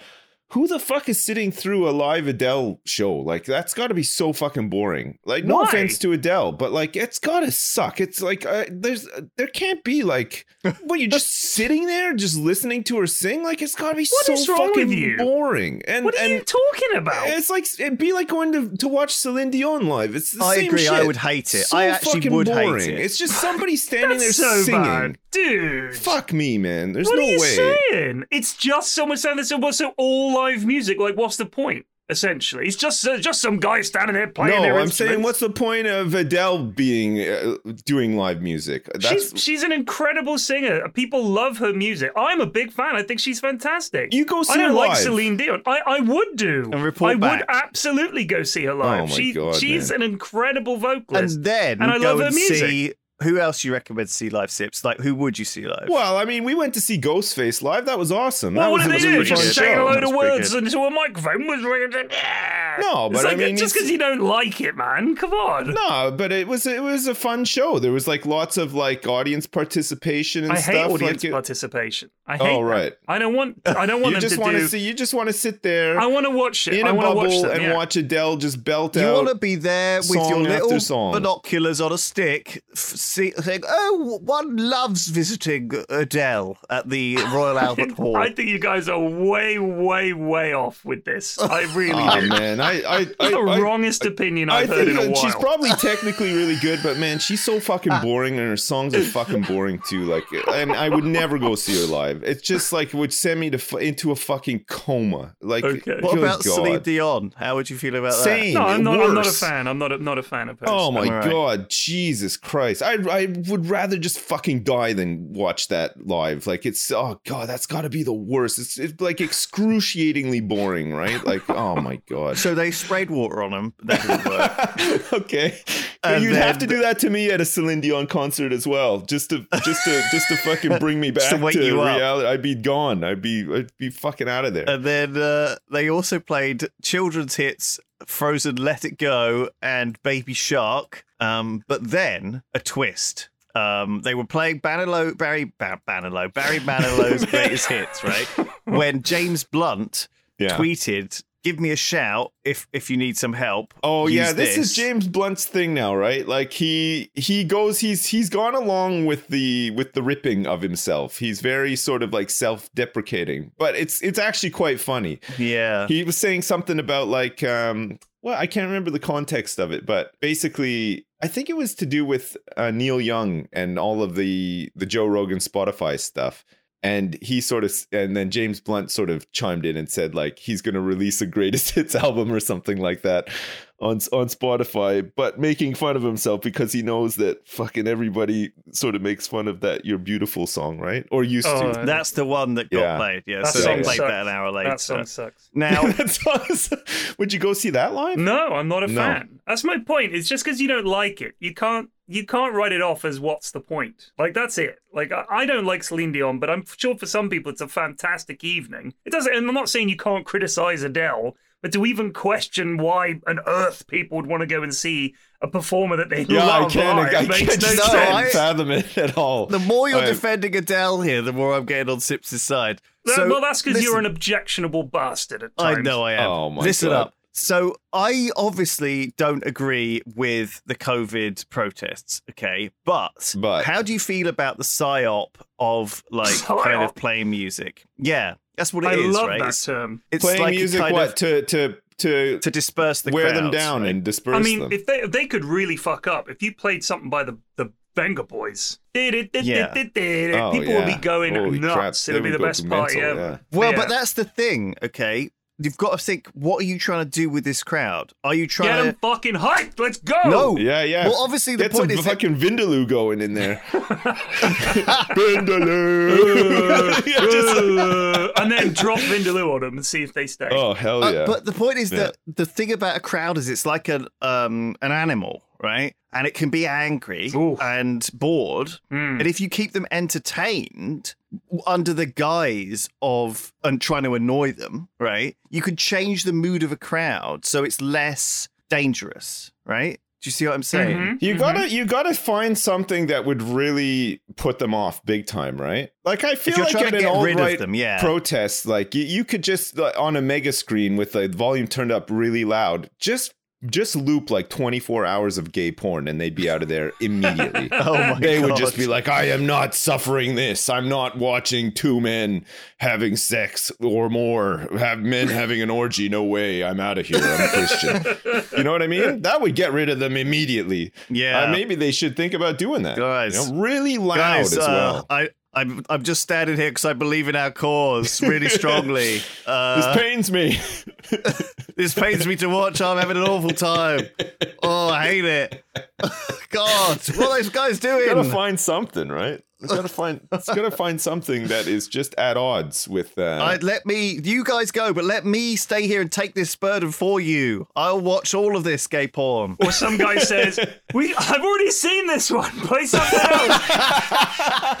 S3: who the fuck is sitting through a live adele show like that's got to be so fucking boring like no
S4: Why?
S3: offense to adele but like it's got to suck it's like uh, there's there can't be like what you're just sitting there just listening to her sing like it's got to be
S4: What
S3: so
S4: is wrong with
S3: fucking
S4: you?
S3: boring and
S4: What are
S3: and
S4: you talking about?
S3: it's like it'd be like going to, to watch Celine Dion live. It's the
S2: I
S3: same
S2: agree, I
S3: shit.
S2: would hate it.
S3: So
S2: I actually
S3: fucking
S2: would hate
S3: boring.
S2: it.
S3: It's just somebody standing
S4: That's
S3: there
S4: so
S3: singing.
S4: bad, dude.
S3: Fuck me, man. There's
S4: what
S3: no
S4: are you
S3: way.
S4: saying? It's just someone saying this. What's so all live music? Like, what's the point? Essentially, it's just uh, just some guy standing there playing.
S3: No,
S4: their
S3: I'm saying what's
S4: instruments.
S3: the point of Adele being uh, doing live music? That's
S4: She's she's an incredible singer. People love her music. I'm a big fan. I think she's fantastic.
S3: You go see
S4: I don't
S3: her
S4: like
S3: live.
S4: Celine Dion. I, I would do.
S2: And report
S4: I
S2: back.
S4: would absolutely go see her
S3: Oh
S4: live.
S3: my
S4: she
S3: God,
S4: she's
S3: man.
S4: an incredible vocalist.
S2: and then
S4: And I
S2: go
S4: love her
S2: and
S4: music.
S2: see who else you recommend to see live sips. Like who would you see live?
S3: well, I mean, we went to see Ghostface live. That was awesome.
S4: well,
S3: that
S4: what
S3: was
S4: do
S3: a
S4: they
S3: really
S4: do?
S3: fun
S4: Just
S3: show.
S4: saying a load
S2: That's
S4: of
S2: pretty
S4: words
S2: good.
S4: into a microphone was. No,
S3: No, but
S4: it's
S3: I
S4: like,
S3: mean,
S4: just
S3: it's-
S4: because you don't like it, man. Come on.
S3: No, but it was it was a fun show. There was like lots of like audience participation and
S4: I
S3: stuff.
S4: hate audience
S3: like, it-
S4: participation. I
S3: Oh,
S4: hate. that.
S3: right.
S4: I don't want. I don't want
S3: you
S4: them
S3: just
S4: to
S3: want
S4: do.
S3: to see. You just want to sit there.
S4: I want to watch it.
S3: in
S4: I
S3: a
S4: want to watch
S3: bubble
S4: them,
S3: and
S4: yeah.
S3: watch Adele just belt
S2: You
S3: out.
S2: want to be there with your
S3: song after
S2: little
S3: song.
S2: binoculars on a stick, f- see, saying, "Oh, one loves visiting Adele at the Royal Albert Hall."
S4: I think you guys are way, way, way off with this. I really
S3: oh
S4: do.
S3: man, I I I,
S4: It's the
S3: I-
S4: wrongest opinion
S3: I
S4: I've heard
S3: think
S4: in a
S3: that
S4: while.
S3: she's probably technically really good, but man, she's so fucking boring, and her songs are fucking boring too. Like, and I would never go see her live. It's just like it would send me to f- into a fucking coma. Like,
S4: Okay.
S3: good
S2: what about
S3: God.
S2: Celine Dion? How would you feel about
S3: Same.
S2: that?
S4: no, I'm not. I'm not a
S3: worse.
S4: fan. I'm not. A, not a fan of hers.
S3: Oh my
S2: Alright.
S3: god, Jesus Christ! I I would rather just fucking die than watch that live. Like it's oh god, that's got to be the worst. It's, it's like excruciatingly boring, right? Like oh my god.
S2: So they sprayed water on him. That didn't work.
S3: okay,
S2: And
S3: you'd
S2: then-
S3: have to do that to me at a Celine Dion concert as well, just to just to just to fucking bring me
S2: Just
S3: back
S2: to wake you up.
S3: reality. I'd be gone. I'd be I'd be fucking out of there.
S2: and then uh, they also played children's hits "Frozen," "Let It Go," and "Baby Shark." Um, but then a twist. Um, they were playing Banilo, Barry ba- Manilow, Barry Manilow's greatest hits, right? When James Blunt
S3: yeah.
S2: tweeted, "Give me a shout if if you need some help."
S3: Oh
S2: Use
S3: yeah, this, is James Blunt's thing now, right? Like he he goes he's he's gone along with the with the ripping of himself. He's very sort of like self-deprecating, but it's it's actually quite funny.
S2: Yeah.
S3: He was saying something about like um well, I can't remember the context of it, but basically I think it was to do with uh, Neil Young and all of the the Joe Rogan Spotify stuff. And he sort of, and then James Blunt sort of chimed in and said, like, he's going to release a greatest hits album or something like that on on Spotify, but making fun of himself because he knows that fucking everybody sort of makes fun of that "You're Beautiful" song, right? Or used
S4: Oh,
S3: to.
S2: That's the one that got
S3: Yeah.
S2: played. Yeah,
S4: That
S2: so they
S3: song
S2: played
S4: sucks.
S2: that an hour later.
S4: that song sucks.
S2: Now,
S3: That's awesome. Would you go see that live?
S4: No, I'm not a
S3: No.
S4: fan. That's my point. It's just because you don't like it, you can't you can't write it off as what's the point. Like that's it. Like I, I don't like Celine Dion, but I'm sure for some people it's a fantastic evening. It doesn't. And I'm not saying you can't criticize Adele, but to even question why on earth people would want to go and see a performer that they
S3: Yeah,
S4: love
S3: I can't.
S4: live
S3: I
S4: makes
S3: can't
S4: no
S3: just
S2: no,
S3: can't
S2: I-
S4: sense.
S3: fathom it at all.
S2: the more
S4: Um,
S2: you're
S3: I-
S2: defending Adele here, the more I'm getting on Sips' side.
S4: That-
S2: So,
S4: Uh, well, that's because you're
S2: listen-
S4: an objectionable bastard at
S2: I
S4: times.
S2: know I am.
S3: Oh my
S2: Listen
S3: God.
S2: up. So I obviously don't agree with the COVID protests, okay? But,
S3: But-
S2: how do you feel about the psyop of like kind of
S4: Psyop?
S2: playing music? Yeah, that's what it
S4: I
S2: is,
S4: love
S2: right?
S4: that
S2: It's,
S4: term.
S2: it's
S3: playing
S2: like a
S3: music,
S2: kind
S3: what
S2: of-
S3: to to to,
S2: to disperse the
S3: wear them
S2: crowds,
S3: down
S2: right?
S3: and disperse
S4: I mean,
S3: them.
S4: if they if they could really fuck up, if you played something by the the Venga Boys,
S2: Yeah.
S3: Oh,
S4: people would
S3: yeah.
S4: be going
S3: Holy crap,
S4: nuts.
S3: they
S4: It would be
S3: would
S4: the
S3: go
S4: best party
S3: mental, yeah.
S4: ever.
S2: Well,
S4: Yeah.
S2: but that's the thing, okay? You've got to think what are you trying to do with this crowd? Are you
S4: Get
S2: trying
S4: them
S2: to
S4: fucking hyped. Let's go.
S2: No.
S3: yeah, yeah.
S2: Well, obviously the
S3: Get
S2: point
S3: some
S2: is that-
S3: fucking Vindaloo going in there. Vindaloo. Yeah, just-
S4: Uh, and then drop Vindaloo on them and see if they stay.
S3: oh hell yeah!
S2: Uh, but the point is
S3: Yeah.
S2: that the thing about a crowd is it's like an um, an animal, right? And it can be angry
S4: Ooh.
S2: and bored.
S4: Hmm.
S2: And if you keep them entertained w- under the guise of and trying to annoy them, right? You could change the mood of a crowd so it's less dangerous, right? Do you see what I'm saying?
S4: Mhm,
S3: You
S4: mhm.
S3: gotta
S2: Mm-hmm.
S3: you gotta find something that would really put them off big time, right? Like I feel
S2: you're
S3: like
S2: trying
S3: at
S2: to
S3: an
S2: get
S3: alt
S2: rid of
S3: right
S2: them, yeah.
S3: protest, like you, you could just like, on a mega screen with the volume turned up really loud, just just loop like 24 hours of gay porn and they'd be out of there immediately.
S2: Oh my
S3: they would
S2: God.
S3: just be like, I am not suffering this. I'm not watching two men having sex or more, have men having an orgy. No way. I'm out of here. I'm a Christian. you know what I mean? That would get rid of them immediately.
S2: Yeah.
S3: Uh, maybe they should think about doing that.
S2: Guys.
S3: You know, really loud
S2: Guys,
S3: as
S2: uh,
S3: well.
S2: I, I'm, I'm just standing here because I believe in our cause really strongly. Uh,
S3: this pains me.
S2: this pains me to watch. I'm having an awful time. Oh, I hate it. God, what are those guys
S3: gotta
S2: doing?
S3: find something, right? It's gotta find. It's gotta find something that is just at odds with. Uh,
S2: I, let me, you guys go, but let me stay here and take this burden for you. I'll watch all of this gay porn.
S4: Or some guy says, "We, I've already seen this one. Play something else."
S3: fuck,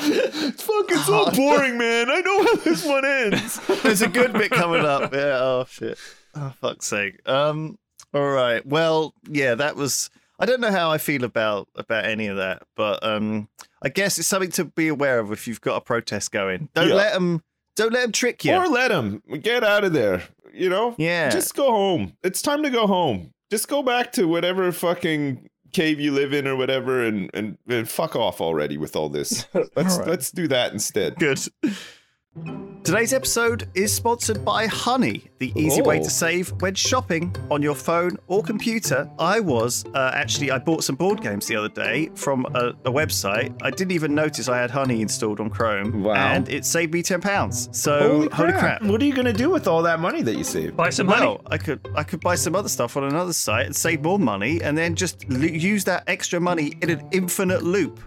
S3: it's
S2: Ah,
S3: so boring, man. I know how this one ends.
S2: There's a good bit coming up. Yeah. Oh shit. Oh fuck's sake. Um. All right. Well, yeah. That was. I don't know how I feel about about any of that, but um, I guess it's something to be aware of if you've got a protest going. Don't
S3: Yeah.
S2: let them. Don't let them trick you.
S3: Or let him get out of there. You know.
S2: Yeah.
S3: Just go home. It's time to go home. Just go back to whatever fucking cave you live in or whatever, and and, and fuck off already with all this. Let's let's do that instead.
S2: good. Today's episode is sponsored by Honey, the easy way
S3: Oh.
S2: to save when shopping on your phone or computer. I was uh, actually I bought some board games the other day from a, a website. I didn't even notice I had Honey installed on Chrome,
S3: Wow.
S2: and it saved me ten pounds. So holy crap!
S3: What are you gonna do with all that money that you saved?
S4: Buy some honey.
S2: Well, I could I could buy some other stuff on another site and save more money, and then just l- use that extra money in an infinite loop.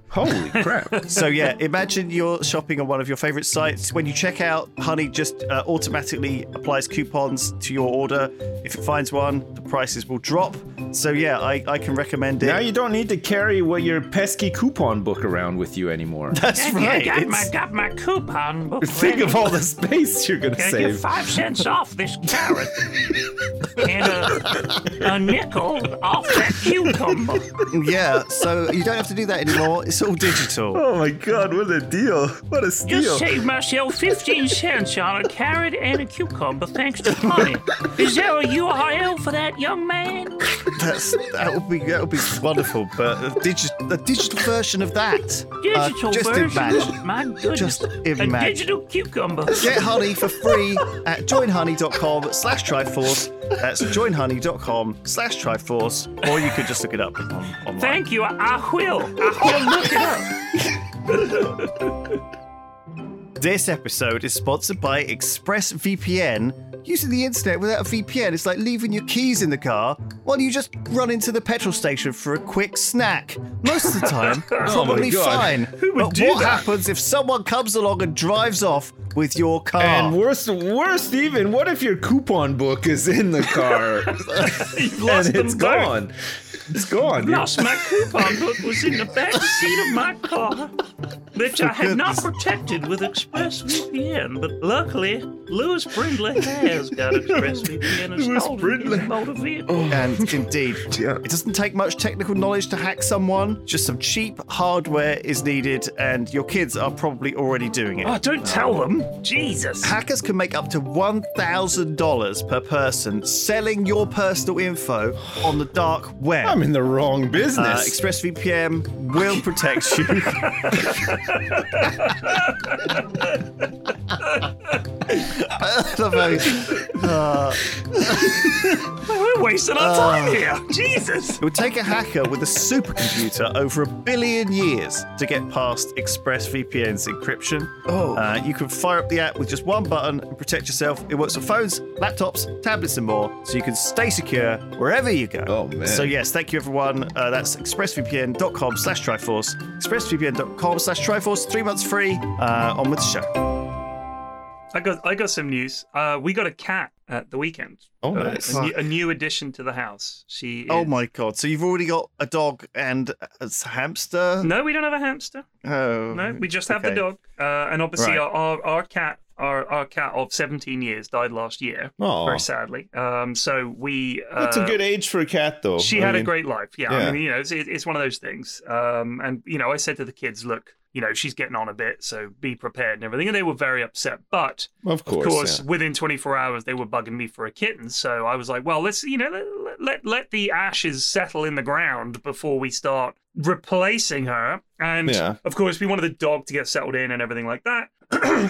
S3: Holy crap!
S2: So yeah, imagine you're shopping on one of your favorite sites. When you check out, Honey just uh, automatically applies coupons to your order. If it finds one, the prices will drop. So yeah, I, I can recommend it.
S5: Now you don't need to carry what your pesky coupon book around with you anymore.
S2: That's right.
S6: I got my,
S2: it's-
S6: got my coupon book.
S5: Think
S6: ready.
S5: of all the space you're gonna
S6: Gonna get
S5: save.
S6: five cents off this carrot and a, a nickel off that cucumber.
S2: yeah. So you don't have to do that anymore. It's all digital.
S5: Oh my god, what a deal! What a steal!
S6: Just saved myself 15 cents on a carrot and a cucumber thanks to honey. Is there a URL for that, young man?
S2: That's that would be that would be wonderful. But a digital a digital version of that. Uh,
S6: Digital
S2: just
S6: version?
S2: imagine.
S6: My goodness.
S2: Just
S6: A
S2: imagine.
S6: digital cucumber.
S2: Get Honey for free at joinhoney.com slash Triforce. That's joinhoney.com slash Triforce. Or you could just look it up on, online.
S6: Thank you. I will. I will look it up.
S2: This episode is sponsored by ExpressVPN. Using the internet without a VPN is like leaving your keys in the car while you just run into the petrol station for a quick snack. Most of the time, probably
S3: Oh God.
S2: fine. but
S3: do
S2: what
S3: that?
S2: happens if someone comes along and drives off with your car?
S5: And worst, worst even, what if your coupon book is in the car
S4: lost
S5: and it's
S4: them both.
S5: gone? It's gone.
S6: Lost my coupon book was in the back seat of my car, which I had not protected with ExpressVPN. But luckily, Lewis Brindley has got ExpressVPN installed in his motor vehicle.
S2: And indeed, it doesn't take much technical knowledge to hack someone. Just some cheap hardware is needed, and your kids are probably already doing it.
S5: Ah.
S6: Oh, don't tell them, Jesus!
S2: Hackers can make up to $1,000 per person selling your personal info on the dark web.
S5: I'm in the wrong
S2: uh,
S5: business.
S2: ExpressVPN will protect you. I love how he-
S6: We're wasting our time here, Jesus!
S2: It would take a hacker with a supercomputer over a billion years to get past ExpressVPN's encryption. Oh. Uh, you can fire up the app with just one button and protect yourself. It works for phones, laptops, tablets, and more, so you can stay secure wherever you go.
S3: Oh, man.
S2: So yes, thank you everyone. Uh, that's expressvpn.com slash Triforce. Expressvpn.com slash Triforce. Three months free. Uh, on with the show.
S4: I got I got some news. Uh, we got a cat at the weekend.
S3: Oh,
S4: Uh,
S3: nice.
S4: a, new, a new addition to the house. She. Is...
S2: Oh my god. So you've already got a dog and a hamster?
S4: No, we don't have a hamster.
S2: Oh.
S4: No, we just have
S2: okay.
S4: the dog, uh, and obviously
S2: Right.
S4: our, our our cat our, our cat of 17 years died last year,
S3: Aw.
S4: very sadly. Um, so we. Uh,
S3: That's a good age for a cat, though.
S4: she
S3: I
S4: had a
S3: mean,
S4: great life. Yeah,
S3: yeah.
S4: I mean, you know, it's, it- it's one of those things. Um, and you know, I said to the kids, "Look, you know, she's getting on a bit, so be prepared and everything." And they were very upset. But
S3: Of
S4: of
S3: course.
S4: course,
S3: yeah.
S4: within 24 hours, they were bugging me for a kitten. So I was like, "Well, let's, you know, let let, let the ashes settle in the ground before we start replacing her." And
S3: Yeah.
S4: of course, we wanted the dog to get settled in and everything like that.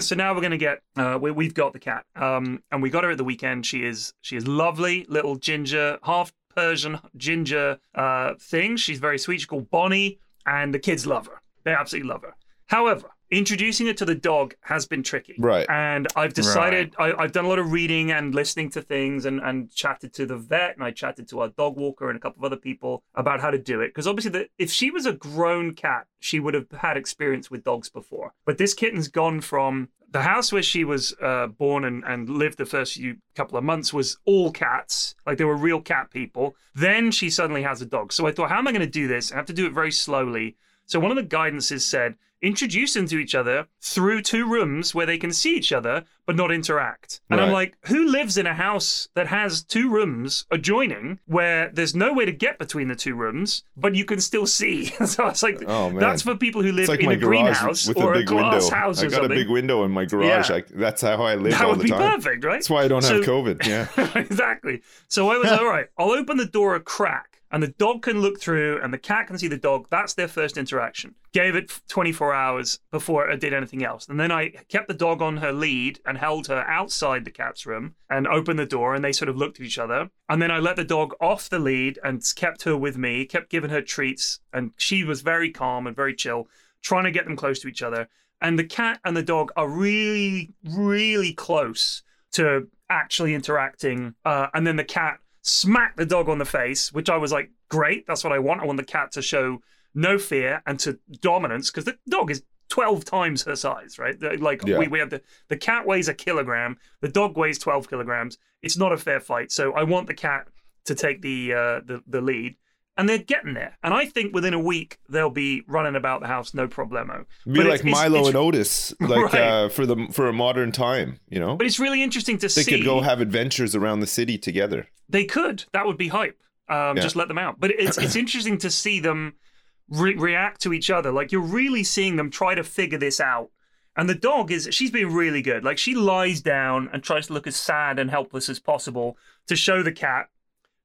S4: so now we're going to get uh, we, we've got the cat um, and we got her at the weekend she is she is lovely little ginger half persian ginger uh, thing she's very sweet she's called bonnie and the kids love her they absolutely love her however introducing her to the dog has been tricky
S3: Right.
S4: and i've decided I, i've done a lot of reading and listening to things and, and chatted to the vet and i chatted to our dog walker and a couple of other people about how to do it because obviously the, if she was a grown cat she would have had experience with dogs before but this kitten's gone from the house where she was uh, born and, and lived the first few couple of months was all cats. Like they were real cat people. Then she suddenly has a dog. So I thought, how am I going to do this? I have to do it very slowly. So one of the guidances said, introduce them to each other through two rooms where they can see each other but not interact. And I'm
S3: Right.
S4: like, who lives in a house that has two rooms adjoining where there's no way to get between the two rooms, but you can still see? so I was like,
S3: Oh, man.
S4: that's for people who
S3: It's
S4: live
S3: like
S4: in
S3: my
S4: a
S3: garage
S4: greenhouse
S3: with
S4: or
S3: a
S4: a,
S3: big
S4: glass
S3: window.
S4: house
S3: I
S4: or
S3: got a
S4: something
S3: big window in my garage.
S4: Yeah.
S3: I, that's how I live
S4: that
S3: all
S4: would
S3: the
S4: be
S3: time.
S4: perfect, right?
S3: That's why I don't have
S4: So-
S3: COVID. Yeah.
S4: exactly. So I was all right. I'll open the door a crack, and the dog can look through, and the cat can see the dog. That's their first interaction. Gave it 24 hours before it did anything else, and then I kept the dog on her lead and held her outside the cat's room and opened the door, and they sort of looked at each other, and then I let the dog off the lead and kept her with me, kept giving her treats, and she was very calm and very chill, trying to get them close to each other. And the cat and the dog are really, really close to actually interacting. Uh, and then the cat smacked the dog on the face, which I was like, great, that's what I want. I want the cat to show no fear and to dominance because the dog is 12 times her size, right? The- Like
S3: Yeah.
S4: we, we have the, the cat weighs a kilogram, the dog weighs 12 kilograms. It's not a fair fight. So I want the cat to take the, uh, the, the lead. And they're getting there. And I think within a week, they'll be running about the house, no problemo.
S3: Be
S4: But
S3: like
S4: it's- it's-
S3: Milo
S4: it's-
S3: and Otis, like
S4: Right.
S3: uh, for the for a modern time. You know,
S4: But it's really interesting to
S3: they
S4: see.
S3: could go have adventures around the city together.
S4: They could. That would be hype. Um,
S3: Yeah.
S4: Just let them out. But it's it's interesting to see them re- react to each other. Like you're really seeing them try to figure this out. And the dog is she's been really good. Like she lies down and tries to look as sad and helpless as possible to show the cat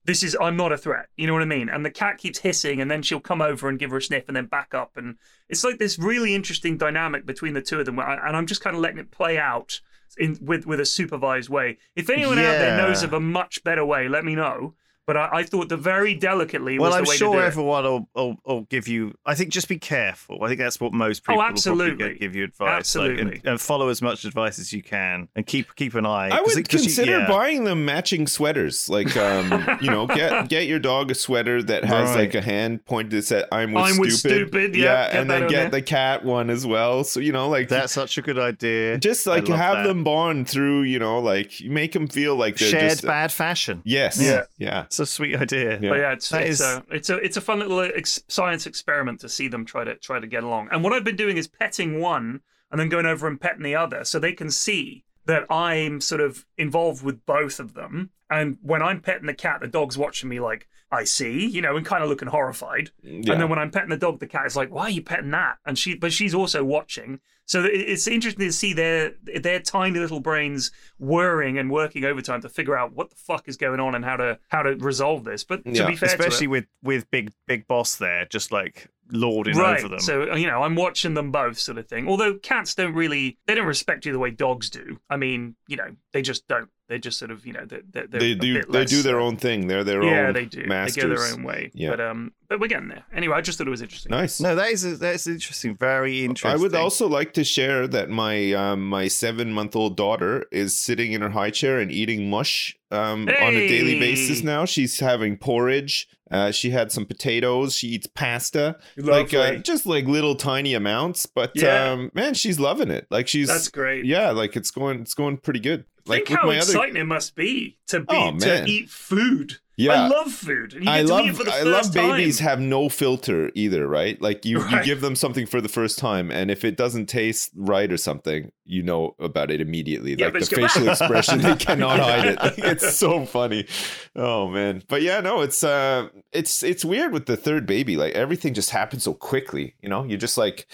S4: this is I'm not a threat. You know what I mean? And the cat keeps hissing and then she'll come over and give her a sniff and then back up and it's like this really interesting dynamic between the two of them where I- and I'm just kind of letting it play out in with with a supervised way. If anyone out
S2: Yeah.
S4: there knows of a much better way, let me know. But I, I thought the very delicately
S2: Well,
S4: was
S2: I'm
S4: the way
S2: sure
S4: to do it.
S2: everyone will, will, will give you. I think just be careful. I think that's what most
S4: Oh,
S2: people will probably
S4: absolutely.
S2: get- give you advice. like,
S4: Absolutely.
S2: and, and follow as much advice as you can, and keep keep an eye.
S3: I
S2: 'cause
S3: would
S2: it- 'cause you-
S3: consider
S2: yeah.
S3: buying them matching sweaters. Like, um, you know, get get your dog a sweater that has
S2: Right.
S3: like a hand pointed that said "I'm with
S4: I'm
S3: stupid."
S4: with stupid, yeah, get
S3: and
S4: that
S3: then
S4: on
S3: get the
S4: there.
S3: cat one as well. So you know, like
S2: That's such a good idea.
S3: just
S2: I
S3: like
S2: love
S3: have
S2: that.
S3: them bond through. You know, like you make them feel like they're
S2: shared
S3: just uh,
S2: bad fashion.
S3: Yes.
S4: Yeah.
S3: Yeah.
S2: It's a sweet idea.
S3: Yeah.
S4: But yeah, it's
S2: That
S4: it's,
S2: is-
S4: a, it's a it's a fun little ex- science experiment to see them try to try to get along. And what I've been doing is petting one and then going over and petting the other, so they can see that I'm sort of involved with both of them. And when I'm petting the cat, the dog's watching me like I see, you know, and kind of looking horrified.
S3: Yeah.
S4: And then when I'm petting the dog, the cat is like, "Why are you petting that?" And she, but she's also watching. So it- it's interesting to see their their tiny little brains whirring and working overtime to figure out what the fuck is going on and how to how to resolve this. But to
S3: Yeah,
S4: be fair, to
S2: especially
S4: it-
S2: with with big big boss there, just like lording
S4: right?
S2: over them.
S4: So you know, I'm watching them both, sort of thing. Although cats don't really they don't respect you the way dogs do. I mean, you know, they just don't. They just sort of you know they're, they're, they're
S3: they
S4: a
S3: do.
S4: bit
S3: They
S4: less- uh,
S3: do their own thing. They're their
S4: yeah,
S3: own
S4: they do.
S3: masters.
S4: They go their own way.
S3: Yeah.
S4: But um, but we're getting there. Anyway, I just thought it was interesting.
S3: Nice.
S2: no, that is that is interesting. Very interesting.
S3: I would also like to share that my um, my seven month old daughter is sitting in her high chair and eating mush um, on a daily
S4: Hey!
S3: basis now. She's having porridge. Uh, she had some potatoes. She eats pasta, like uh,
S4: Lovely.
S3: just like little tiny amounts. But
S4: Yeah.
S3: um, man, she's loving it. Like she's
S4: That's great.
S3: yeah, like it's going it's going pretty good. Like
S4: Think how
S3: my
S4: exciting it must be to be
S3: Oh,
S4: to
S3: man.
S4: eat food.
S3: Yeah.
S4: I love food. And you get
S3: I
S4: to
S3: love
S4: meet it for the
S3: I love
S4: first
S3: babies
S4: time.
S3: have no filter either, right? Like you, you
S4: Right.
S3: give them something for the first time, and if it doesn't taste right or something, you know about it immediately.
S4: Yeah,
S3: like
S4: but
S3: the
S4: it's gonna-
S3: facial expression, they cannot hide it. Like, it's so funny. Oh man. But yeah, no, it's uh it's it's weird with the third baby. Like everything just happens so quickly, you know? You're just like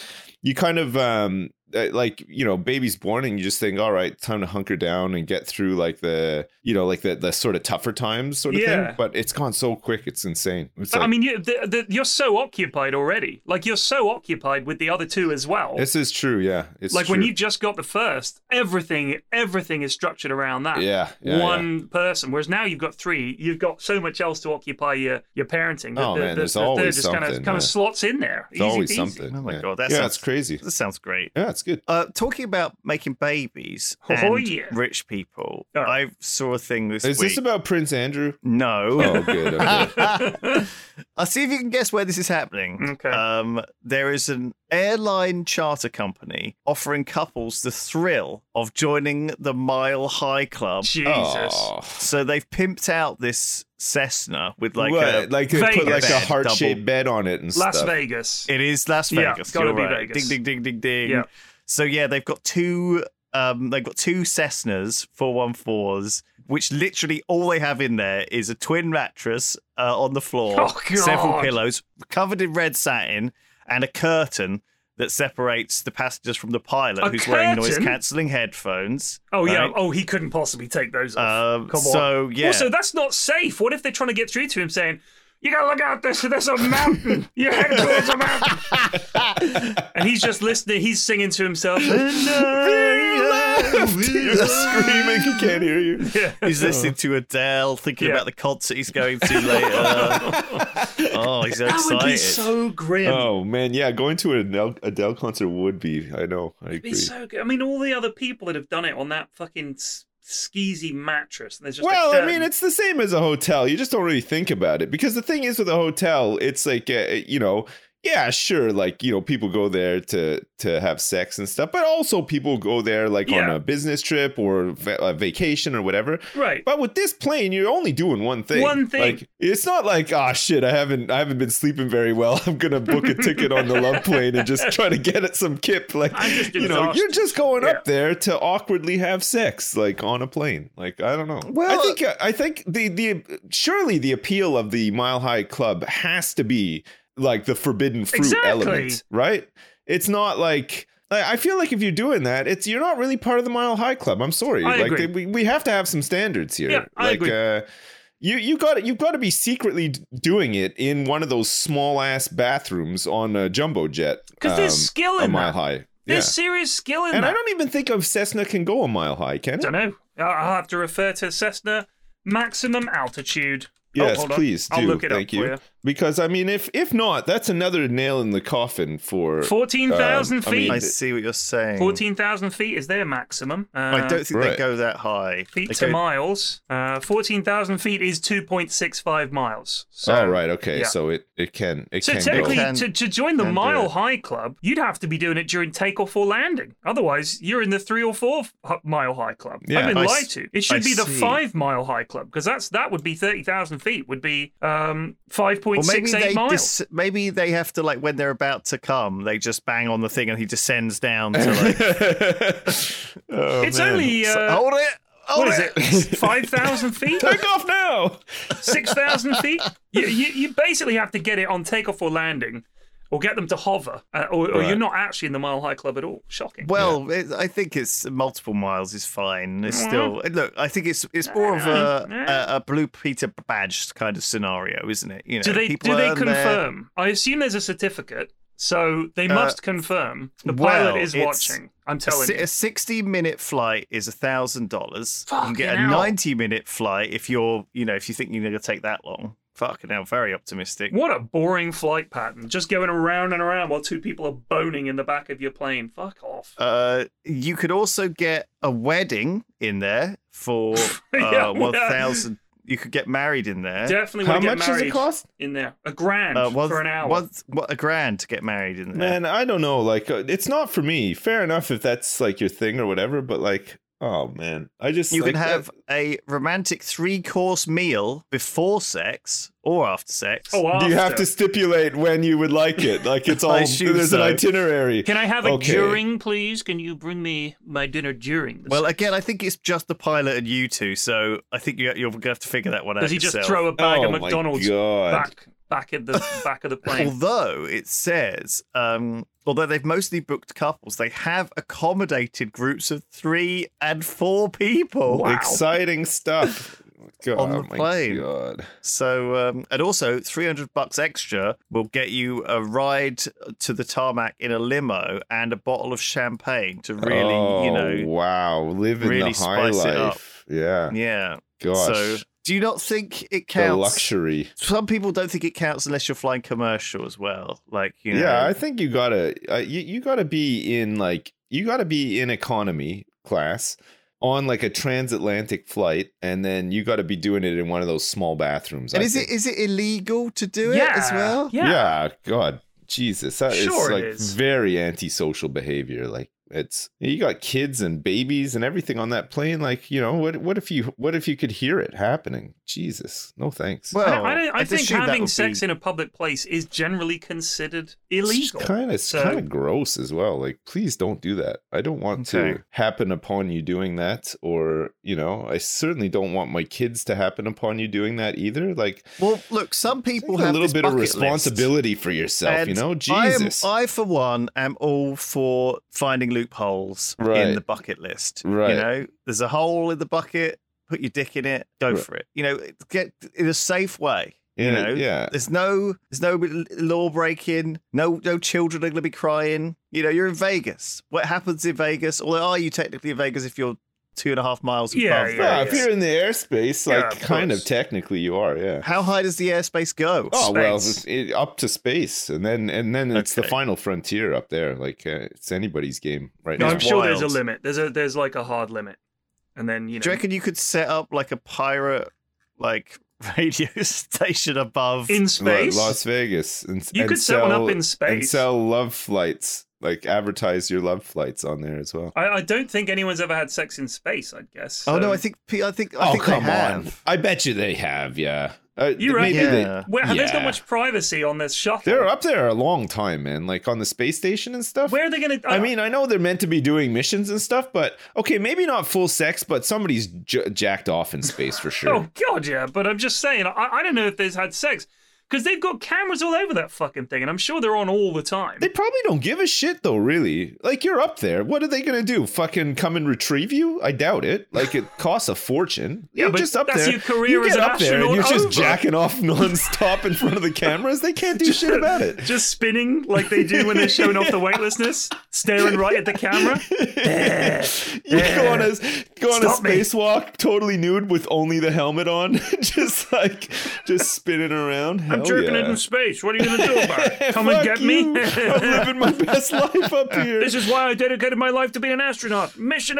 S3: you kind of um uh, like you know baby's born and you just think all right time to hunker down and get through like the you know like the the sort of tougher times sort of
S4: Yeah.
S3: thing but it's gone so quick it's insane it's
S4: But,
S3: like,
S4: I mean, you, the, the, you're so occupied already. Like you're so occupied with the other two as well.
S3: this is true yeah it's
S4: like when
S3: true.
S4: you just got the first, everything everything is structured around that.
S3: Yeah, yeah,
S4: one person. Whereas now you've got three, you've got so much else to occupy your your parenting. that
S3: Oh, man, there's
S4: third
S3: always
S4: just kind of
S3: something,
S4: kind
S3: yeah.
S4: of slots in there.
S3: it's
S4: Easy
S3: always
S4: peasy.
S3: something
S2: Oh my
S3: yeah.
S2: God, that
S3: yeah
S2: sounds-
S3: it's crazy
S2: That sounds great.
S3: yeah it's good
S2: Uh, talking about making babies
S4: Oh,
S2: and
S4: yeah.
S2: rich people,
S4: Oh.
S2: I saw a thing this
S3: is
S2: week.
S3: this about prince andrew
S2: no?
S3: oh good okay.
S2: I'll see if you can guess where this is happening.
S4: Okay.
S2: Um, there is an airline charter company offering couples the thrill of joining the Mile High Club.
S4: Jesus.
S3: Oh.
S2: So they've pimped out this Cessna with like
S3: What?
S2: a.
S3: like they put
S4: Vegas.
S3: like a
S2: Bed,
S3: heart shaped bed on it and
S4: Las
S3: stuff.
S4: Vegas.
S2: It is Las
S4: Yeah,
S2: Vegas.
S4: gotta
S2: you're
S4: be
S2: right.
S4: Vegas.
S2: Ding ding ding ding ding.
S4: Yeah.
S2: So yeah, they've got two. Um, they've got two Cessnas 414s, which literally all they have in there is a twin mattress uh, on the floor,
S4: Oh, God.
S2: several pillows covered in red satin, and a curtain that separates the passengers from the pilot,
S4: A
S2: who's wearing noise
S4: curtain?
S2: cancelling headphones.
S4: Oh yeah.
S2: right?
S4: Oh, he couldn't possibly take those off.
S2: Um,
S4: Come on.
S2: so, yeah.
S4: Also, that's not safe. What if they're trying to get through to him saying, "You gotta look out! There's there's a mountain. You're heading towards a mountain." and he's just listening. He's singing to himself.
S3: You're screaming, he can't hear you.
S2: He's listening to Adele, thinking
S4: Yeah.
S2: about the concert he's going to later. oh, he's so
S4: that
S2: excited.
S4: would be so grim.
S3: Oh man, yeah, going to an Adele, Adele concert would be. I know, I
S4: It'd
S3: agree.
S4: be so good. I mean, all the other people that have done it on that fucking s- skeezy mattress. And there's just a
S3: Well, I
S4: curtain.
S3: mean, it's the same as a hotel. You just don't really think about it because the thing is with a hotel, it's like uh, you know, yeah, sure, like you know, people go there to to have sex and stuff, but also people go there like on
S4: Yeah.
S3: a business trip or va- a vacation or whatever.
S4: right.
S3: But with this plane, you're only doing one thing.
S4: One thing.
S3: Like, it's not like, ah, shit, I haven't, I haven't been sleeping very well. I'm gonna book a ticket on the love plane and just try to get at some kip. Like,
S4: I'm just
S3: you know, you're
S4: exhausted.
S3: just going
S4: Yeah.
S3: up there to awkwardly have sex, like on a plane. Like, I don't know.
S2: Well-
S3: I think, I think the the surely the appeal of the Mile High Club has to be like the forbidden fruit
S4: Exactly.
S3: element, right? It's not like. I I feel like if you're doing that, it's you're not really part of the Mile High Club. I'm sorry.
S4: I
S3: like
S4: agree.
S3: They, we, we have to have some standards here.
S4: Yeah, I
S3: like
S4: agree.
S3: uh you you got you've got to be secretly d- doing it in one of those small ass bathrooms on a jumbo jet um,
S4: 'Cause there's skill
S3: a
S4: in
S3: mile
S4: that.
S3: high.
S4: There's serious skill in
S3: And
S4: that.
S3: I don't even think of Cessna can go a mile high, can it?
S4: don't know. I'll have to refer to Cessna maximum altitude.
S3: Yes,
S4: oh, hold on.
S3: please do.
S4: I'll look it
S3: Thank
S4: up
S3: you.
S4: for you.
S3: Because I mean, if if not, that's another nail in the coffin for
S4: 14,000
S3: um, I
S4: feet.
S3: mean,
S2: I see what you're saying.
S4: Fourteen thousand feet is their maximum. Uh,
S2: I don't think
S3: Right.
S2: they go that high.
S4: feet
S2: They
S4: to
S2: go-
S4: miles. Uh, Fourteen thousand feet is two point six five miles. So,
S3: oh right, okay.
S4: yeah.
S3: So it it can it
S4: So
S3: can
S4: technically,
S3: go.
S2: Can-
S4: to, to join the
S2: can do
S4: Mile
S2: it.
S4: High Club, you'd have to be doing it during takeoff or landing. Otherwise, you're in the three or four h- Mile High Club.
S3: Yeah.
S4: I've been
S2: I s-
S4: lied to. It should
S2: I
S4: be the
S2: see.
S4: five Mile High Club because that's that would be thirty thousand feet. Would be um, five
S2: Or
S4: point
S2: maybe
S4: six eight
S2: they
S4: miles.
S2: dis- maybe they have to like when they're about to come, they just bang on the thing and he descends down to like
S3: Oh,
S4: it's
S3: man.
S4: only uh,
S2: hold it. Hold
S4: what is it? Five thousand feet?
S3: Take off now.
S4: Six thousand feet? You, you you basically have to get it on takeoff or landing, or get them to hover, uh, or, or you're
S3: Right.
S4: not actually in the Mile High Club at all. Shocking.
S2: Well, it, I think it's multiple miles is fine. It's still look. I think it's it's more of a, a a blue Peter badge kind of scenario, isn't it? You know,
S4: Do they
S2: people
S4: do they
S2: earn their-
S4: confirm? I assume there's a certificate, so
S3: Uh,
S4: they must confirm. The
S2: well,
S4: pilot is
S2: it's-
S4: watching. I'm
S2: A,
S4: telling
S2: si-
S4: you.
S2: a 60 minute flight is a thousand dollars. You can get a
S4: Fucking hell.
S2: 90 minute flight if you're, you know, if you think you're going to take that long. Fucking hell, very optimistic.
S4: What a boring flight pattern. Just going around and around while two people are boning in the back of your plane. Fuck off.
S2: Uh, you could also get a wedding in there for uh,
S4: Yeah,
S2: 1,000. You could get married in there.
S4: Definitely
S3: How
S4: want to get
S3: much does
S4: married
S3: it cost?
S4: in there. A grand
S2: Uh, one-
S4: for an hour.
S2: one- what a grand to get married in there.
S3: Man, I don't know. Like, uh, it's not for me. Fair enough if that's like your thing or whatever, but like, Oh man, I just
S2: You can
S3: like,
S2: have a romantic three course meal before sex or after sex.
S4: Oh,
S3: Do you have
S4: after.
S3: to stipulate when you would like it? Like it's all
S2: I
S3: there's
S2: assume
S3: an
S2: so.
S3: itinerary.
S6: Can I have it
S3: Okay.
S6: during, please? Can you bring me my dinner during? This?
S2: well, again, I think it's just the pilot and you two, so I think you, you're going to have to figure that one out.
S6: does he just
S2: yourself.
S6: throw a bag
S3: Oh
S6: of
S3: my
S6: McDonald's
S3: God.
S6: back back at the back of the plane?
S2: Although it says, um, although they've mostly booked couples, they have accommodated groups of three and four people.
S3: Exciting stuff. God,
S2: Oh, On the
S3: my
S2: plane.
S3: God.
S2: So, um, and also, three hundred bucks extra will get you a ride to the tarmac in a limo and a bottle of champagne to really, you
S3: Oh,
S2: know,
S3: wow, living
S2: really
S3: the high
S2: spice it up.
S3: life.
S6: Oh,
S3: Yeah,
S2: yeah.
S3: gosh,
S2: So, do you not think it
S3: the
S2: counts?
S3: luxury.
S2: Some people don't think it counts unless you're flying commercial as well. Like, you know,
S3: Yeah, I think you gotta uh, you you gotta be in like you gotta be in economy class on like a transatlantic flight, and then you gotta be doing it in one of those small bathrooms.
S2: and
S3: I
S2: is
S3: think.
S2: it is it illegal to do
S4: yeah.
S2: it as well?
S4: Yeah.
S3: God, Jesus, that is
S4: Sure it
S3: like
S4: is.
S3: very antisocial behavior. Like it's you got kids and babies and everything on that plane. Like you know what? What if you what if you could hear it happening? Jesus, no thanks.
S2: Well,
S4: I, I, don't- I
S2: I'd
S4: think
S2: assume that
S4: having
S2: would
S4: sex
S2: be-
S4: in a public place is generally considered
S3: it's
S4: illegal.
S3: kind of
S4: So-
S3: kind of gross as well. Like, please don't do that. I don't want
S2: Okay.
S3: to happen upon you doing that, or you know, I certainly don't want my kids to happen upon you doing that either. Like,
S2: Well, look, some people
S3: take
S2: have
S3: a little
S2: this
S3: bit of
S2: bucket list.
S3: responsibility for yourself. you
S2: And
S3: know,
S2: I am-
S3: Jesus.
S2: I, for one, am all for finding loopholes
S3: Right.
S2: in the bucket list.
S3: Right.
S2: You know, there's a hole in the bucket. Put your dick in it. Go
S3: Right.
S2: for it. You know, get in a safe way.
S3: In
S2: you
S3: a-
S2: know,
S3: yeah.
S2: There's no, there's no law breaking. No, no children are going to be crying. You know, you're in Vegas. What happens in Vegas? Although, are you technically in Vegas if you're two and a half miles above?
S4: Yeah, yeah,
S3: Yeah,
S2: Vegas?
S3: if you're in the airspace,
S4: Yeah,
S3: like
S4: of
S3: kind
S4: course.
S3: of technically you are, yeah.
S2: How high does the airspace go?
S3: Oh well,
S4: Space.
S3: it, up to space, and then and then it's the
S2: Okay.
S3: final frontier up there. Like uh, it's anybody's game right
S4: No,
S3: now.
S4: I'm sure there's a
S2: wild.
S4: limit. There's a there's like a hard limit, and then you
S2: Do you
S4: know
S2: reckon you could set up like a pirate like radio station above?
S4: in
S3: Lo-
S4: space.
S3: Las Vegas, and
S4: You
S3: and
S4: could set one up
S3: sell-
S4: in
S3: and
S4: space.
S3: sell love flights, like advertise your love flights on there as well.
S4: I, I don't think anyone's ever had sex in space. I guess.
S2: oh no,
S4: so-
S2: I think P- I think I think they have.
S3: Oh, I bet you they have, yeah. Uh,
S4: You're right.
S3: maybe they-
S2: Yeah.
S4: Well, there's
S3: Yeah.
S4: not much privacy on this shuttle.
S3: They're up there a long time, man. Like on the space station and stuff.
S4: Where uh, are they going to?
S3: I mean, I know they're meant to be doing missions and stuff, but okay, maybe not full sex, but somebody's j- jacked off in space for sure.
S4: Oh god, yeah. But I'm just saying, I, I don't know if they've had sex because they've got cameras all over that fucking thing, and I'm sure they're on all the time.
S3: They probably don't give a shit though, really. Like you're up there. What are they gonna do? Fucking come and retrieve you? I doubt it. Like it costs a fortune.
S4: Yeah,
S3: you're
S4: but
S3: just up
S4: that's
S3: there.
S4: your career
S3: you
S4: as
S3: get
S4: an
S3: up there and
S4: astronaut
S3: you're just
S4: over.
S3: jacking off nonstop in front of the cameras. They can't do shit about it.
S4: just spinning like they do when they're showing off the weightlessness, staring right at the camera.
S3: You go on a go on
S4: Stop
S3: a
S4: me.
S3: spacewalk totally nude with only the helmet on, just like just spinning around.
S4: I'm
S3: Hell
S4: jerking
S3: yeah.
S4: it in space. What are you going to do about it? Come
S3: Fuck
S4: and get
S3: you. I'm
S4: me.
S3: living my best life up here.
S4: This is why I dedicated my life to being an astronaut. Mission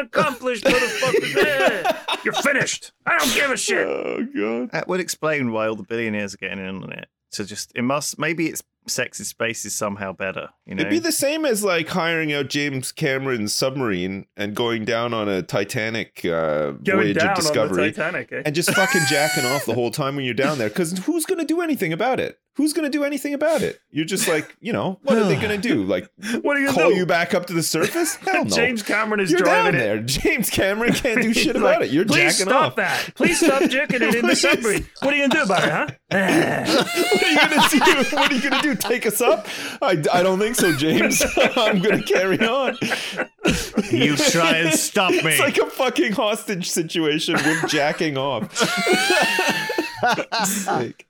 S4: accomplished, motherfucker. Yeah. You're finished. I don't give a shit.
S3: oh god.
S2: That would explain why all the billionaires are getting in on it. So just it must maybe it's sex in space is somehow better. You know,
S3: It'd be the same as like hiring out James Cameron's submarine and going down on a Titanic uh,
S4: Going
S3: voyage
S4: down
S3: of
S4: on the
S3: discovery
S4: Titanic. Eh?
S3: and just fucking jacking off the whole time when you're down there. Because who's gonna do anything about it? Who's gonna do anything about it? You're just like, you know, what are they gonna do? Like,
S4: What are you
S3: call
S4: going to
S3: you
S4: do?
S3: back up to the surface? Hell no.
S4: James Cameron is
S3: you're down
S4: driving it.
S3: there. James Cameron can't do shit
S4: He's
S3: about
S4: like,
S3: it. You're
S4: Please
S3: jacking
S4: stop
S3: off.
S4: that. Please stop jerking it in the
S3: Please.
S4: submarine. What are you going to do about it, huh?
S3: What are you gonna do? What are you gonna do? Take us up? I, I don't think so, James. I'm gonna carry on.
S2: you try and stop me.
S3: It's like a fucking hostage situation with jacking off. Sick.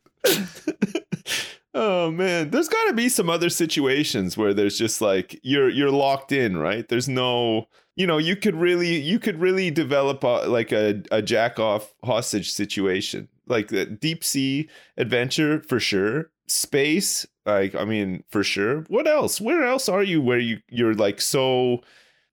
S3: oh man, there's got to be some other situations where there's just like you're you're locked in, right? There's no, you know, you could really you could really develop a, like a a jack off hostage situation, like the deep sea adventure for sure. Space, like I mean, for sure. What else? Where else are you? Where you you're like so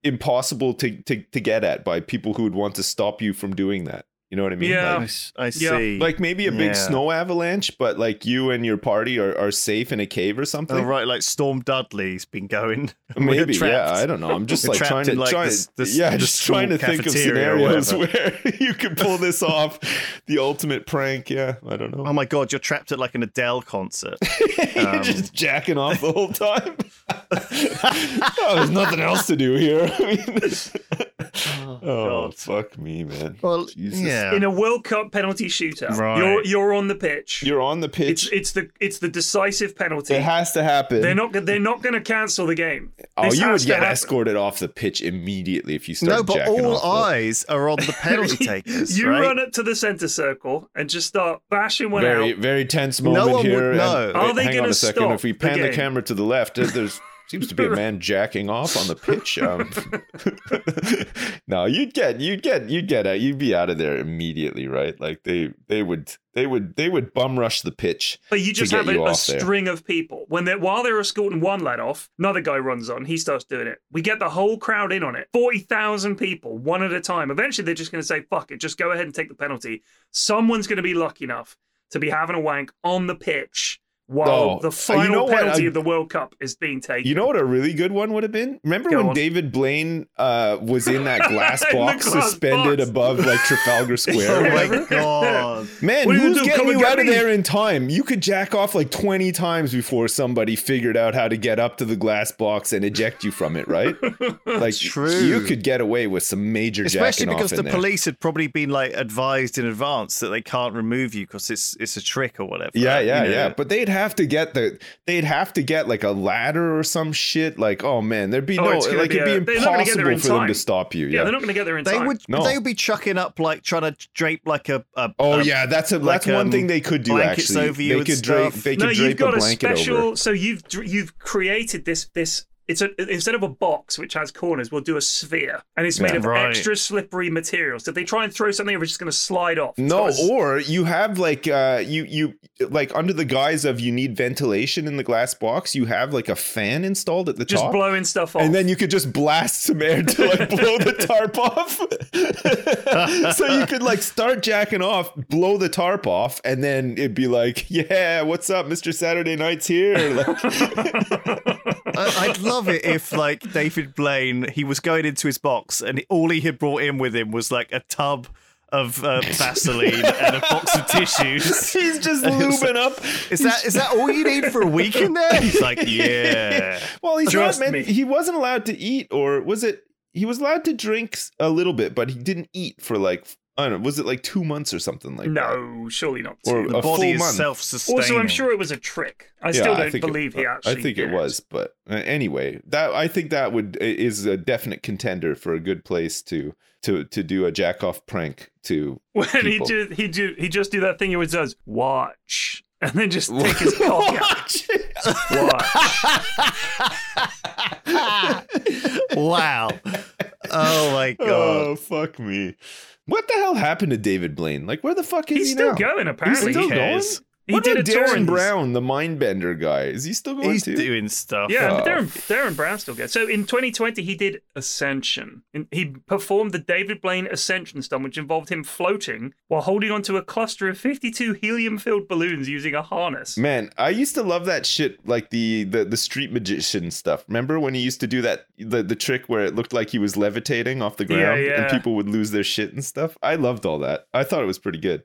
S3: impossible to, to to get at by people who would want to stop you from doing that. You You know what I mean?
S4: Yeah.
S3: Like,
S2: I, s- I
S4: Yeah.
S2: see.
S3: like maybe a
S2: Yeah.
S3: big snow avalanche, but like you and your party are, are safe in a cave or something.
S2: Oh, right, like Storm Dudley's been going. We're
S3: Maybe, yeah.
S2: trapped.
S3: I don't know. I'm just
S2: We're
S3: like
S2: trapped
S3: trying to,
S2: in, like,
S3: try,
S2: this- this-
S3: yeah,
S2: this
S3: just
S2: small
S3: trying to think of
S2: cafeteria or
S3: scenarios where you could pull this off. The ultimate prank, yeah. I don't know.
S2: Oh my god, you're trapped at like an Adele concert.
S3: You're just jacking off the whole time. oh, there's nothing else to do here. I mean, oh,
S2: God.
S3: fuck me, man.
S2: Well,
S3: Jesus.
S2: yeah.
S4: in a World Cup penalty shootout.
S2: Right.
S4: You're you're on the pitch.
S3: You're on the
S4: it's
S3: pitch.
S4: it's the it's the decisive penalty.
S3: it has to happen.
S4: they're not they're not going to cancel the game.
S3: oh,
S4: This
S3: you
S4: has
S3: would
S4: to
S3: get
S4: happen.
S3: escorted off the pitch immediately if you start
S2: No, but
S3: jacking
S2: all
S3: off. the-
S2: eyes are on the penalty takers.
S4: You
S2: right?
S4: run up to the center circle and just start bashing one
S3: very
S4: out.
S3: very tense
S2: No
S3: moment
S2: one would
S3: here. and-
S2: know.
S4: Are they
S3: hang on
S4: gonna
S3: a second.
S4: stop
S3: if we
S4: the
S3: pan the,
S4: game?
S3: camera to the left, uh, there's seems to be a man jacking off on the pitch. Um, no, you'd get you'd get you'd get out. You'd be out of there immediately, right? Like they they would they would they would bum rush the pitch.
S4: But you just
S3: get
S4: have a,
S3: you
S4: a
S3: off there.
S4: string of people. When they're while they're escorting one lad off, another guy runs on. He starts doing it. We get the whole crowd in on it. Forty thousand people, one at a time. Eventually, they're just going to say, "Fuck it, just go ahead and take the penalty." Someone's going to be lucky enough to be having a wank on the pitch while
S3: Oh,
S4: the
S3: you
S4: final
S3: know what?
S4: penalty
S3: I-
S4: of the World Cup is being taken.
S3: You know what a really good one would have been? Remember
S4: Go
S3: when
S4: on.
S3: David Blaine uh, was in that glass
S4: In the
S3: box
S4: glass
S3: suspended
S4: box.
S3: above like Trafalgar
S2: Oh
S3: Square?
S2: my god.
S3: Man,
S4: What are you
S3: who's
S4: gonna do?
S3: getting
S4: Come and
S3: you
S4: get
S3: out of
S4: me?
S3: there in time? You could jack off like 20 times before somebody figured out how to get up to the glass box and eject you from it, right? Like
S2: True.
S3: you could get away with some major
S2: Especially
S3: jacking off
S2: because
S3: in
S2: the
S3: there.
S2: police had probably been like advised in advance that they can't remove you because it's it's a trick or whatever.
S3: Yeah,
S2: right?
S3: yeah,
S2: You know?
S3: yeah. But they'd have to get the they'd have to get like a ladder or some shit. Like, oh man, there'd be
S4: Oh,
S3: no
S4: it's gonna
S3: like
S4: be
S3: it'd
S4: a-
S3: be
S4: they're not gonna get
S3: impossible
S4: there in
S3: for them
S4: time.
S3: to stop you.
S4: yeah,
S3: Yeah.
S4: they're not going to get there in
S2: they
S4: time.
S2: would
S3: No.
S2: they would be chucking up like trying to drape like a, a
S3: Oh
S2: a-
S3: yeah, that's a that's
S2: like,
S3: one
S2: um,
S3: thing they could do.
S2: blankets
S3: Actually,
S2: over you
S3: they
S2: and
S3: could drape
S2: stuff.
S3: they could
S4: no, you've
S3: drape
S4: got
S3: a
S4: a
S3: blanket
S4: special.
S3: over.
S4: So you've dr- you've created this this. It's a, instead of a box which has corners, we'll do a sphere, and it's made
S3: Yeah.
S4: of
S2: Right.
S4: extra slippery materials. So if they try and throw something, over, it's just going to slide off. It's
S3: No,
S4: got a-
S3: or you have like uh you you like under the guise of you need ventilation in the glass box, you have like a fan installed at the
S4: just
S3: top.
S4: blowing stuff off.
S3: and then you could just blast some air to like blow the tarp off. so you could like start jacking off, blow the tarp off, and then it'd be like, "Yeah, what's up, Mister Saturday Night's here." Like,
S2: I, I'd love it if like David Blaine he was going into his box and all he had brought in with him was like a tub of uh, Vaseline and a box of tissues.
S3: he's just lubing up.
S2: Is that is that all you need for a week in there? He's like, yeah.
S3: Well, he's
S4: Trust
S3: not
S4: me.
S3: meant. He wasn't allowed to eat, or was it? He was allowed to drink s- a little bit, but he didn't eat for like I don't know. Was it like two months or something like that?
S4: no, surely not.
S3: Or
S2: The
S3: a full
S2: body is
S3: month.
S2: self-sustaining.
S4: Also, I'm sure it was a trick. I still
S3: Yeah,
S4: don't
S3: think it-
S4: believe he actually.
S3: I think
S4: did
S3: it was, but uh, anyway, that I think that would is a definite contender for a good place to to to do a jack off prank to.
S4: When he
S3: people.
S4: just he do he just do that thing he always does. Watch. And then just take his cock out. Watch.
S2: wow. Oh my god.
S3: Oh fuck me! What the hell happened to David Blaine? Like, where the fuck is
S4: He's
S3: he
S4: still
S3: now?
S4: going, apparently.
S3: still
S2: Who cares?
S3: going?
S4: He
S3: what
S4: did
S3: about
S4: a
S3: Darren
S4: Torrens.
S3: Brown, the mindbender guy? Is he still going
S2: He's
S3: to?
S2: doing stuff.
S4: Yeah, but
S3: Oh.
S4: Darren, Darren Brown still gets. So in 2020, he did Ascension. And He performed the David Blaine Ascension stunt, which involved him floating while holding onto a cluster of 52 helium-filled balloons using a harness.
S3: Man, I used to love that shit, like the the, the street magician stuff. Remember when he used to do that the, the trick where it looked like he was levitating off the
S4: Yeah,
S3: ground and
S4: yeah.
S3: people would lose their shit and stuff? I loved all that. I thought it was pretty good.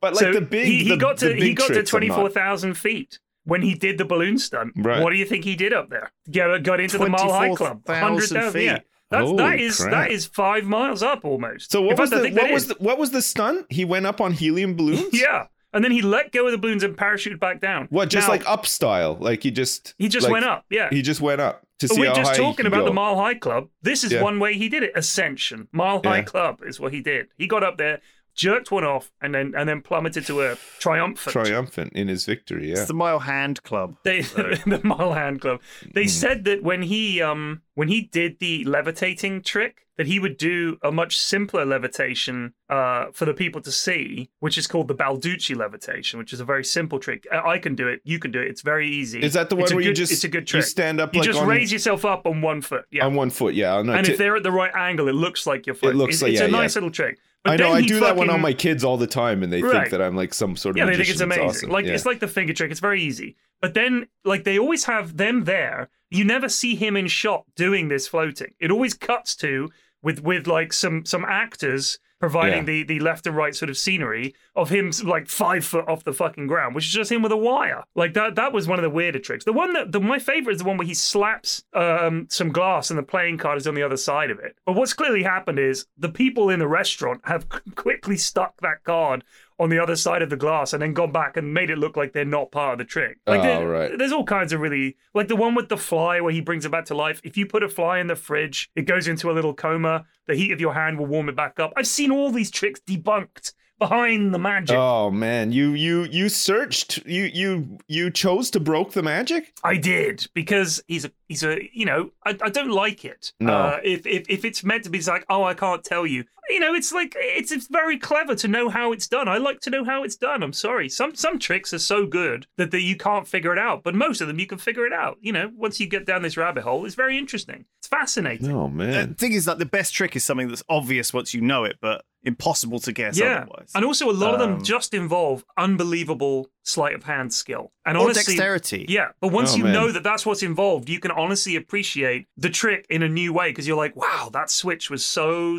S3: But like
S4: so
S3: the big,
S4: he, he
S3: the-
S4: got
S3: the
S4: to he
S3: big
S4: got to
S3: tricks, I'm not-
S4: 24,000 feet when he did the balloon stunt.
S3: Right.
S4: What do you think he did up there? Got, got into the Mile High Club.
S2: 24,000
S4: 100,000
S2: feet.
S4: Yeah. That's, that
S3: Holy
S4: is
S3: crap.
S4: that is five miles up almost.
S3: So
S4: In
S3: what was
S4: fact,
S3: the
S4: I think
S3: what
S4: that
S3: was
S4: is.
S3: the, what was the stunt? He went up on helium balloons.
S4: yeah? And then he let go of the balloons and parachuted back down.
S3: What just
S4: Now,
S3: like up style? Like he just
S4: he just
S3: like,
S4: went up. Yeah.
S3: He just went up to
S4: But
S3: see
S4: we're
S3: how
S4: just
S3: high he
S4: talking
S3: could
S4: about
S3: go.
S4: the Mile High Club. This is
S3: Yeah.
S4: one way he did it. Ascension. Mile High
S3: Yeah.
S4: Club is what he did. He got up there, jerked one off, and then and then plummeted to earth. Triumphant.
S3: triumphant in his victory. Yeah.
S2: It's the Mile Hand Club.
S4: they, the Mile Hand Club.
S3: Hmm.
S4: They said that when he um when he did the levitating trick, that he would do a much simpler levitation uh for the people to see, which is called the Balducci levitation, which is a very simple trick. I, I can do it. You can do it. It's very easy.
S3: Is that the one
S4: it's a
S3: where you
S4: good-
S3: just-
S4: it's a
S3: you
S4: good trick?
S3: stand up
S4: You
S3: like
S4: just
S3: on-
S4: raise yourself up on one foot. Yeah.
S3: On one foot, yeah. On a
S4: and
S3: ti-
S4: if they're at the right angle, it looks like you're floating.
S3: Uh, looks
S4: it's,
S3: like-
S4: it's
S3: yeah,
S4: a nice
S3: yeah.
S4: little trick. But
S3: I know
S4: then
S3: I
S4: he
S3: do that one on
S4: fucking-
S3: my kids all the time, and they
S4: Right.
S3: think that I'm like some sort of
S4: Yeah, they think it's
S3: magician.
S4: amazing.
S3: awesome.
S4: Like
S3: Yeah.
S4: it's like the finger trick. It's very easy. But then, like they always have them there. You never see him in shot doing this floating. It always cuts to with with like some some actors providing
S3: Yeah.
S4: the the left and right sort of scenery of him like five foot off the fucking ground, which is just him with a wire. Like that that was one of the weirder tricks. The one that the, my favorite is the one where he slaps um, some glass and the playing card is on the other side of it. But what's clearly happened is the people in the restaurant have quickly stuck that card on the other side of the glass and then gone back and made it look like they're not part of the trick. Like
S3: Oh,
S4: there-
S3: right.
S4: there's all kinds of really like the one with the fly where he brings it back to life. If you put a fly in the fridge, it goes into a little coma. The heat of your hand will warm it back up. I've seen all these tricks debunked behind the magic.
S3: oh man, you you you searched, you you you chose to broke the magic.
S4: I did because he's a he's a you know I, I don't like it.
S3: No.
S4: Uh, if, if if it's meant to be it's like oh I can't tell you you know it's like it's it's very clever to know how it's done. I like to know how it's done. I'm sorry. Some some tricks are so good that, that you can't figure it out, but most of them you can figure it out. You know once you get down this rabbit hole, it's very interesting. It's fascinating.
S3: Oh
S2: The
S3: man,
S2: thing is, like, the best trick is something that's obvious once you know it, but impossible to guess
S4: Yeah,
S2: otherwise.
S4: and also a lot of them
S2: Um,
S4: just involve unbelievable sleight of hand skill and
S2: or
S4: honestly,
S2: dexterity.
S4: Yeah, but once
S3: Oh,
S4: you
S3: man.
S4: know that that's what's involved, you can honestly appreciate the trick in a new way because you're like, wow, that switch was so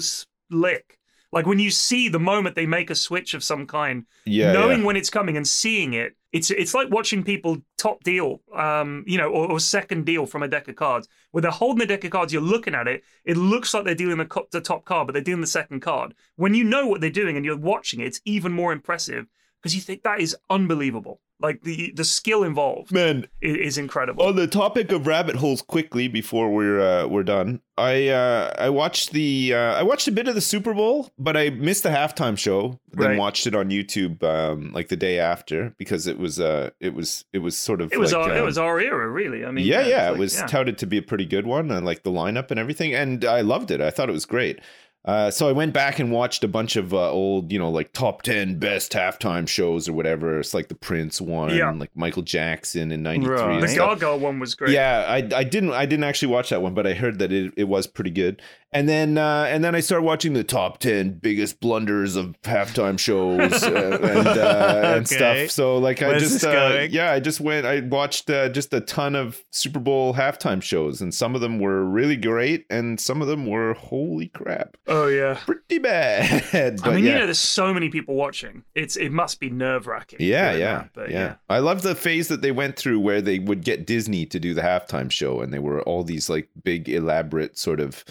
S4: slick. Like when you see the moment they make a switch of some kind,
S3: yeah,
S4: knowing
S3: yeah.
S4: when it's coming and seeing it, it's it's like watching people top deal, um, you know, or, or second deal from a deck of cards. Where they're holding the deck of cards, you're looking at it. It looks like they're dealing the, co- the top card, but they're dealing the second card. When you know what they're doing and you're watching it, it's even more impressive because you think that is unbelievable. Like the the skill involved
S3: man.
S4: is, is incredible.
S3: On the topic of rabbit holes, quickly before we're uh, we're done, I uh, I watched the uh, I watched a bit of the Super Bowl, but I missed the halftime show. Then
S4: Right.
S3: watched it on YouTube um, like the day after because it was uh it was it was sort of
S4: it was
S3: like,
S4: our, it
S3: um,
S4: was our era, really. I mean,
S3: yeah, yeah,
S4: like-
S3: it was
S4: yeah.
S3: touted to be a pretty good one, and like the lineup and everything, and I loved it. I thought it was great. Uh, so I went back and watched a bunch of uh, old, you know, like top ten best halftime shows or whatever. It's like the Prince one,
S4: Yeah.
S3: like Michael Jackson in '93.
S2: Right.
S3: and
S4: the
S3: stuff.
S4: Gaga one was great.
S3: Yeah, I, I didn't I didn't actually watch that one, but I heard that it, it was pretty good. And then uh, and then I started watching the top ten biggest blunders of halftime shows uh, and uh,
S2: Okay.
S3: and stuff. So like I
S2: Where's
S3: just
S2: this
S3: uh,
S2: going?
S3: yeah I just went I watched uh, just a ton of Super Bowl halftime shows, and some of them were really great, and some of them were holy crap,
S4: Oh yeah.
S3: pretty bad.
S4: I
S3: But
S4: mean,
S3: yeah.
S4: you know, there's so many people watching. It's it must be nerve wracking.
S3: Yeah, yeah,
S4: But
S3: yeah,
S4: yeah.
S3: I love the phase that they went through where they would get Disney to do the halftime show, and they were all these like big, elaborate sort of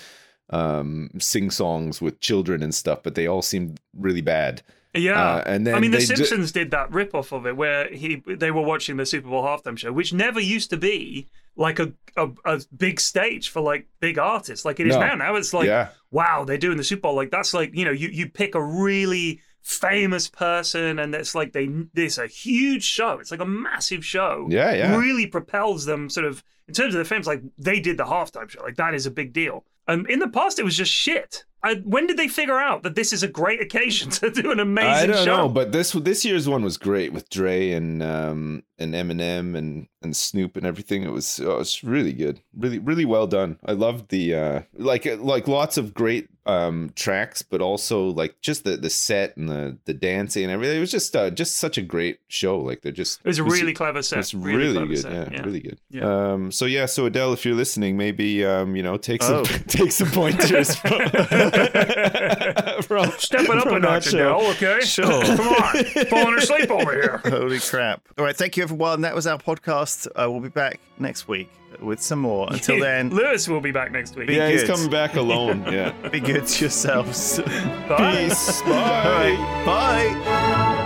S3: um sing songs with children and stuff, but they all seemed really bad.
S4: Yeah.
S3: Uh, and then
S4: I mean, The
S3: they ju-
S4: Simpsons did that rip off of it where he they were watching the Super Bowl halftime show, which never used to be like a a, a big stage for like big artists like it is
S3: No.
S4: now. Now it's like,
S3: Yeah.
S4: wow, they're doing the Super Bowl. Like that's like you know you you pick a really famous person and it's like they it's a huge show it's like a massive show
S3: Yeah, yeah.
S4: really propels them sort of in terms of the films like they did the halftime show like that is a big deal and in the past it was just shit I, when did they figure out that this is a great occasion to do an amazing
S3: I don't
S4: show
S3: know, but this this year's one was great with Dre and um and Eminem and and Snoop and everything. It was oh, it was really good, really really well done. I loved the uh like like lots of great um tracks, but also like just the the set and the the dancing and everything. It was just uh, just such a great show. Like they're just
S4: it was a really clever set
S3: it's
S4: really,
S3: really,
S4: clever
S3: good,
S4: set.
S3: yeah, really good.
S4: Yeah.
S3: Um, so yeah, so Adele, if you're listening, maybe um, you know, take some
S2: Oh.
S3: take some pointers from, from
S4: stepping up a
S3: from that
S4: notch
S3: show.
S4: Adele, okay
S2: Sure.
S4: come on falling asleep over here
S2: Holy crap. All right. Thank you, everyone. That was our podcast. Uh, we'll be back next week with some more. Until then,
S4: Lewis will be back next week
S2: Be
S3: Yeah, he's
S2: good.
S3: coming back alone. Yeah.
S2: be good to yourselves.
S4: Bye.
S3: Peace.
S2: All
S3: Bye.
S2: right. Bye.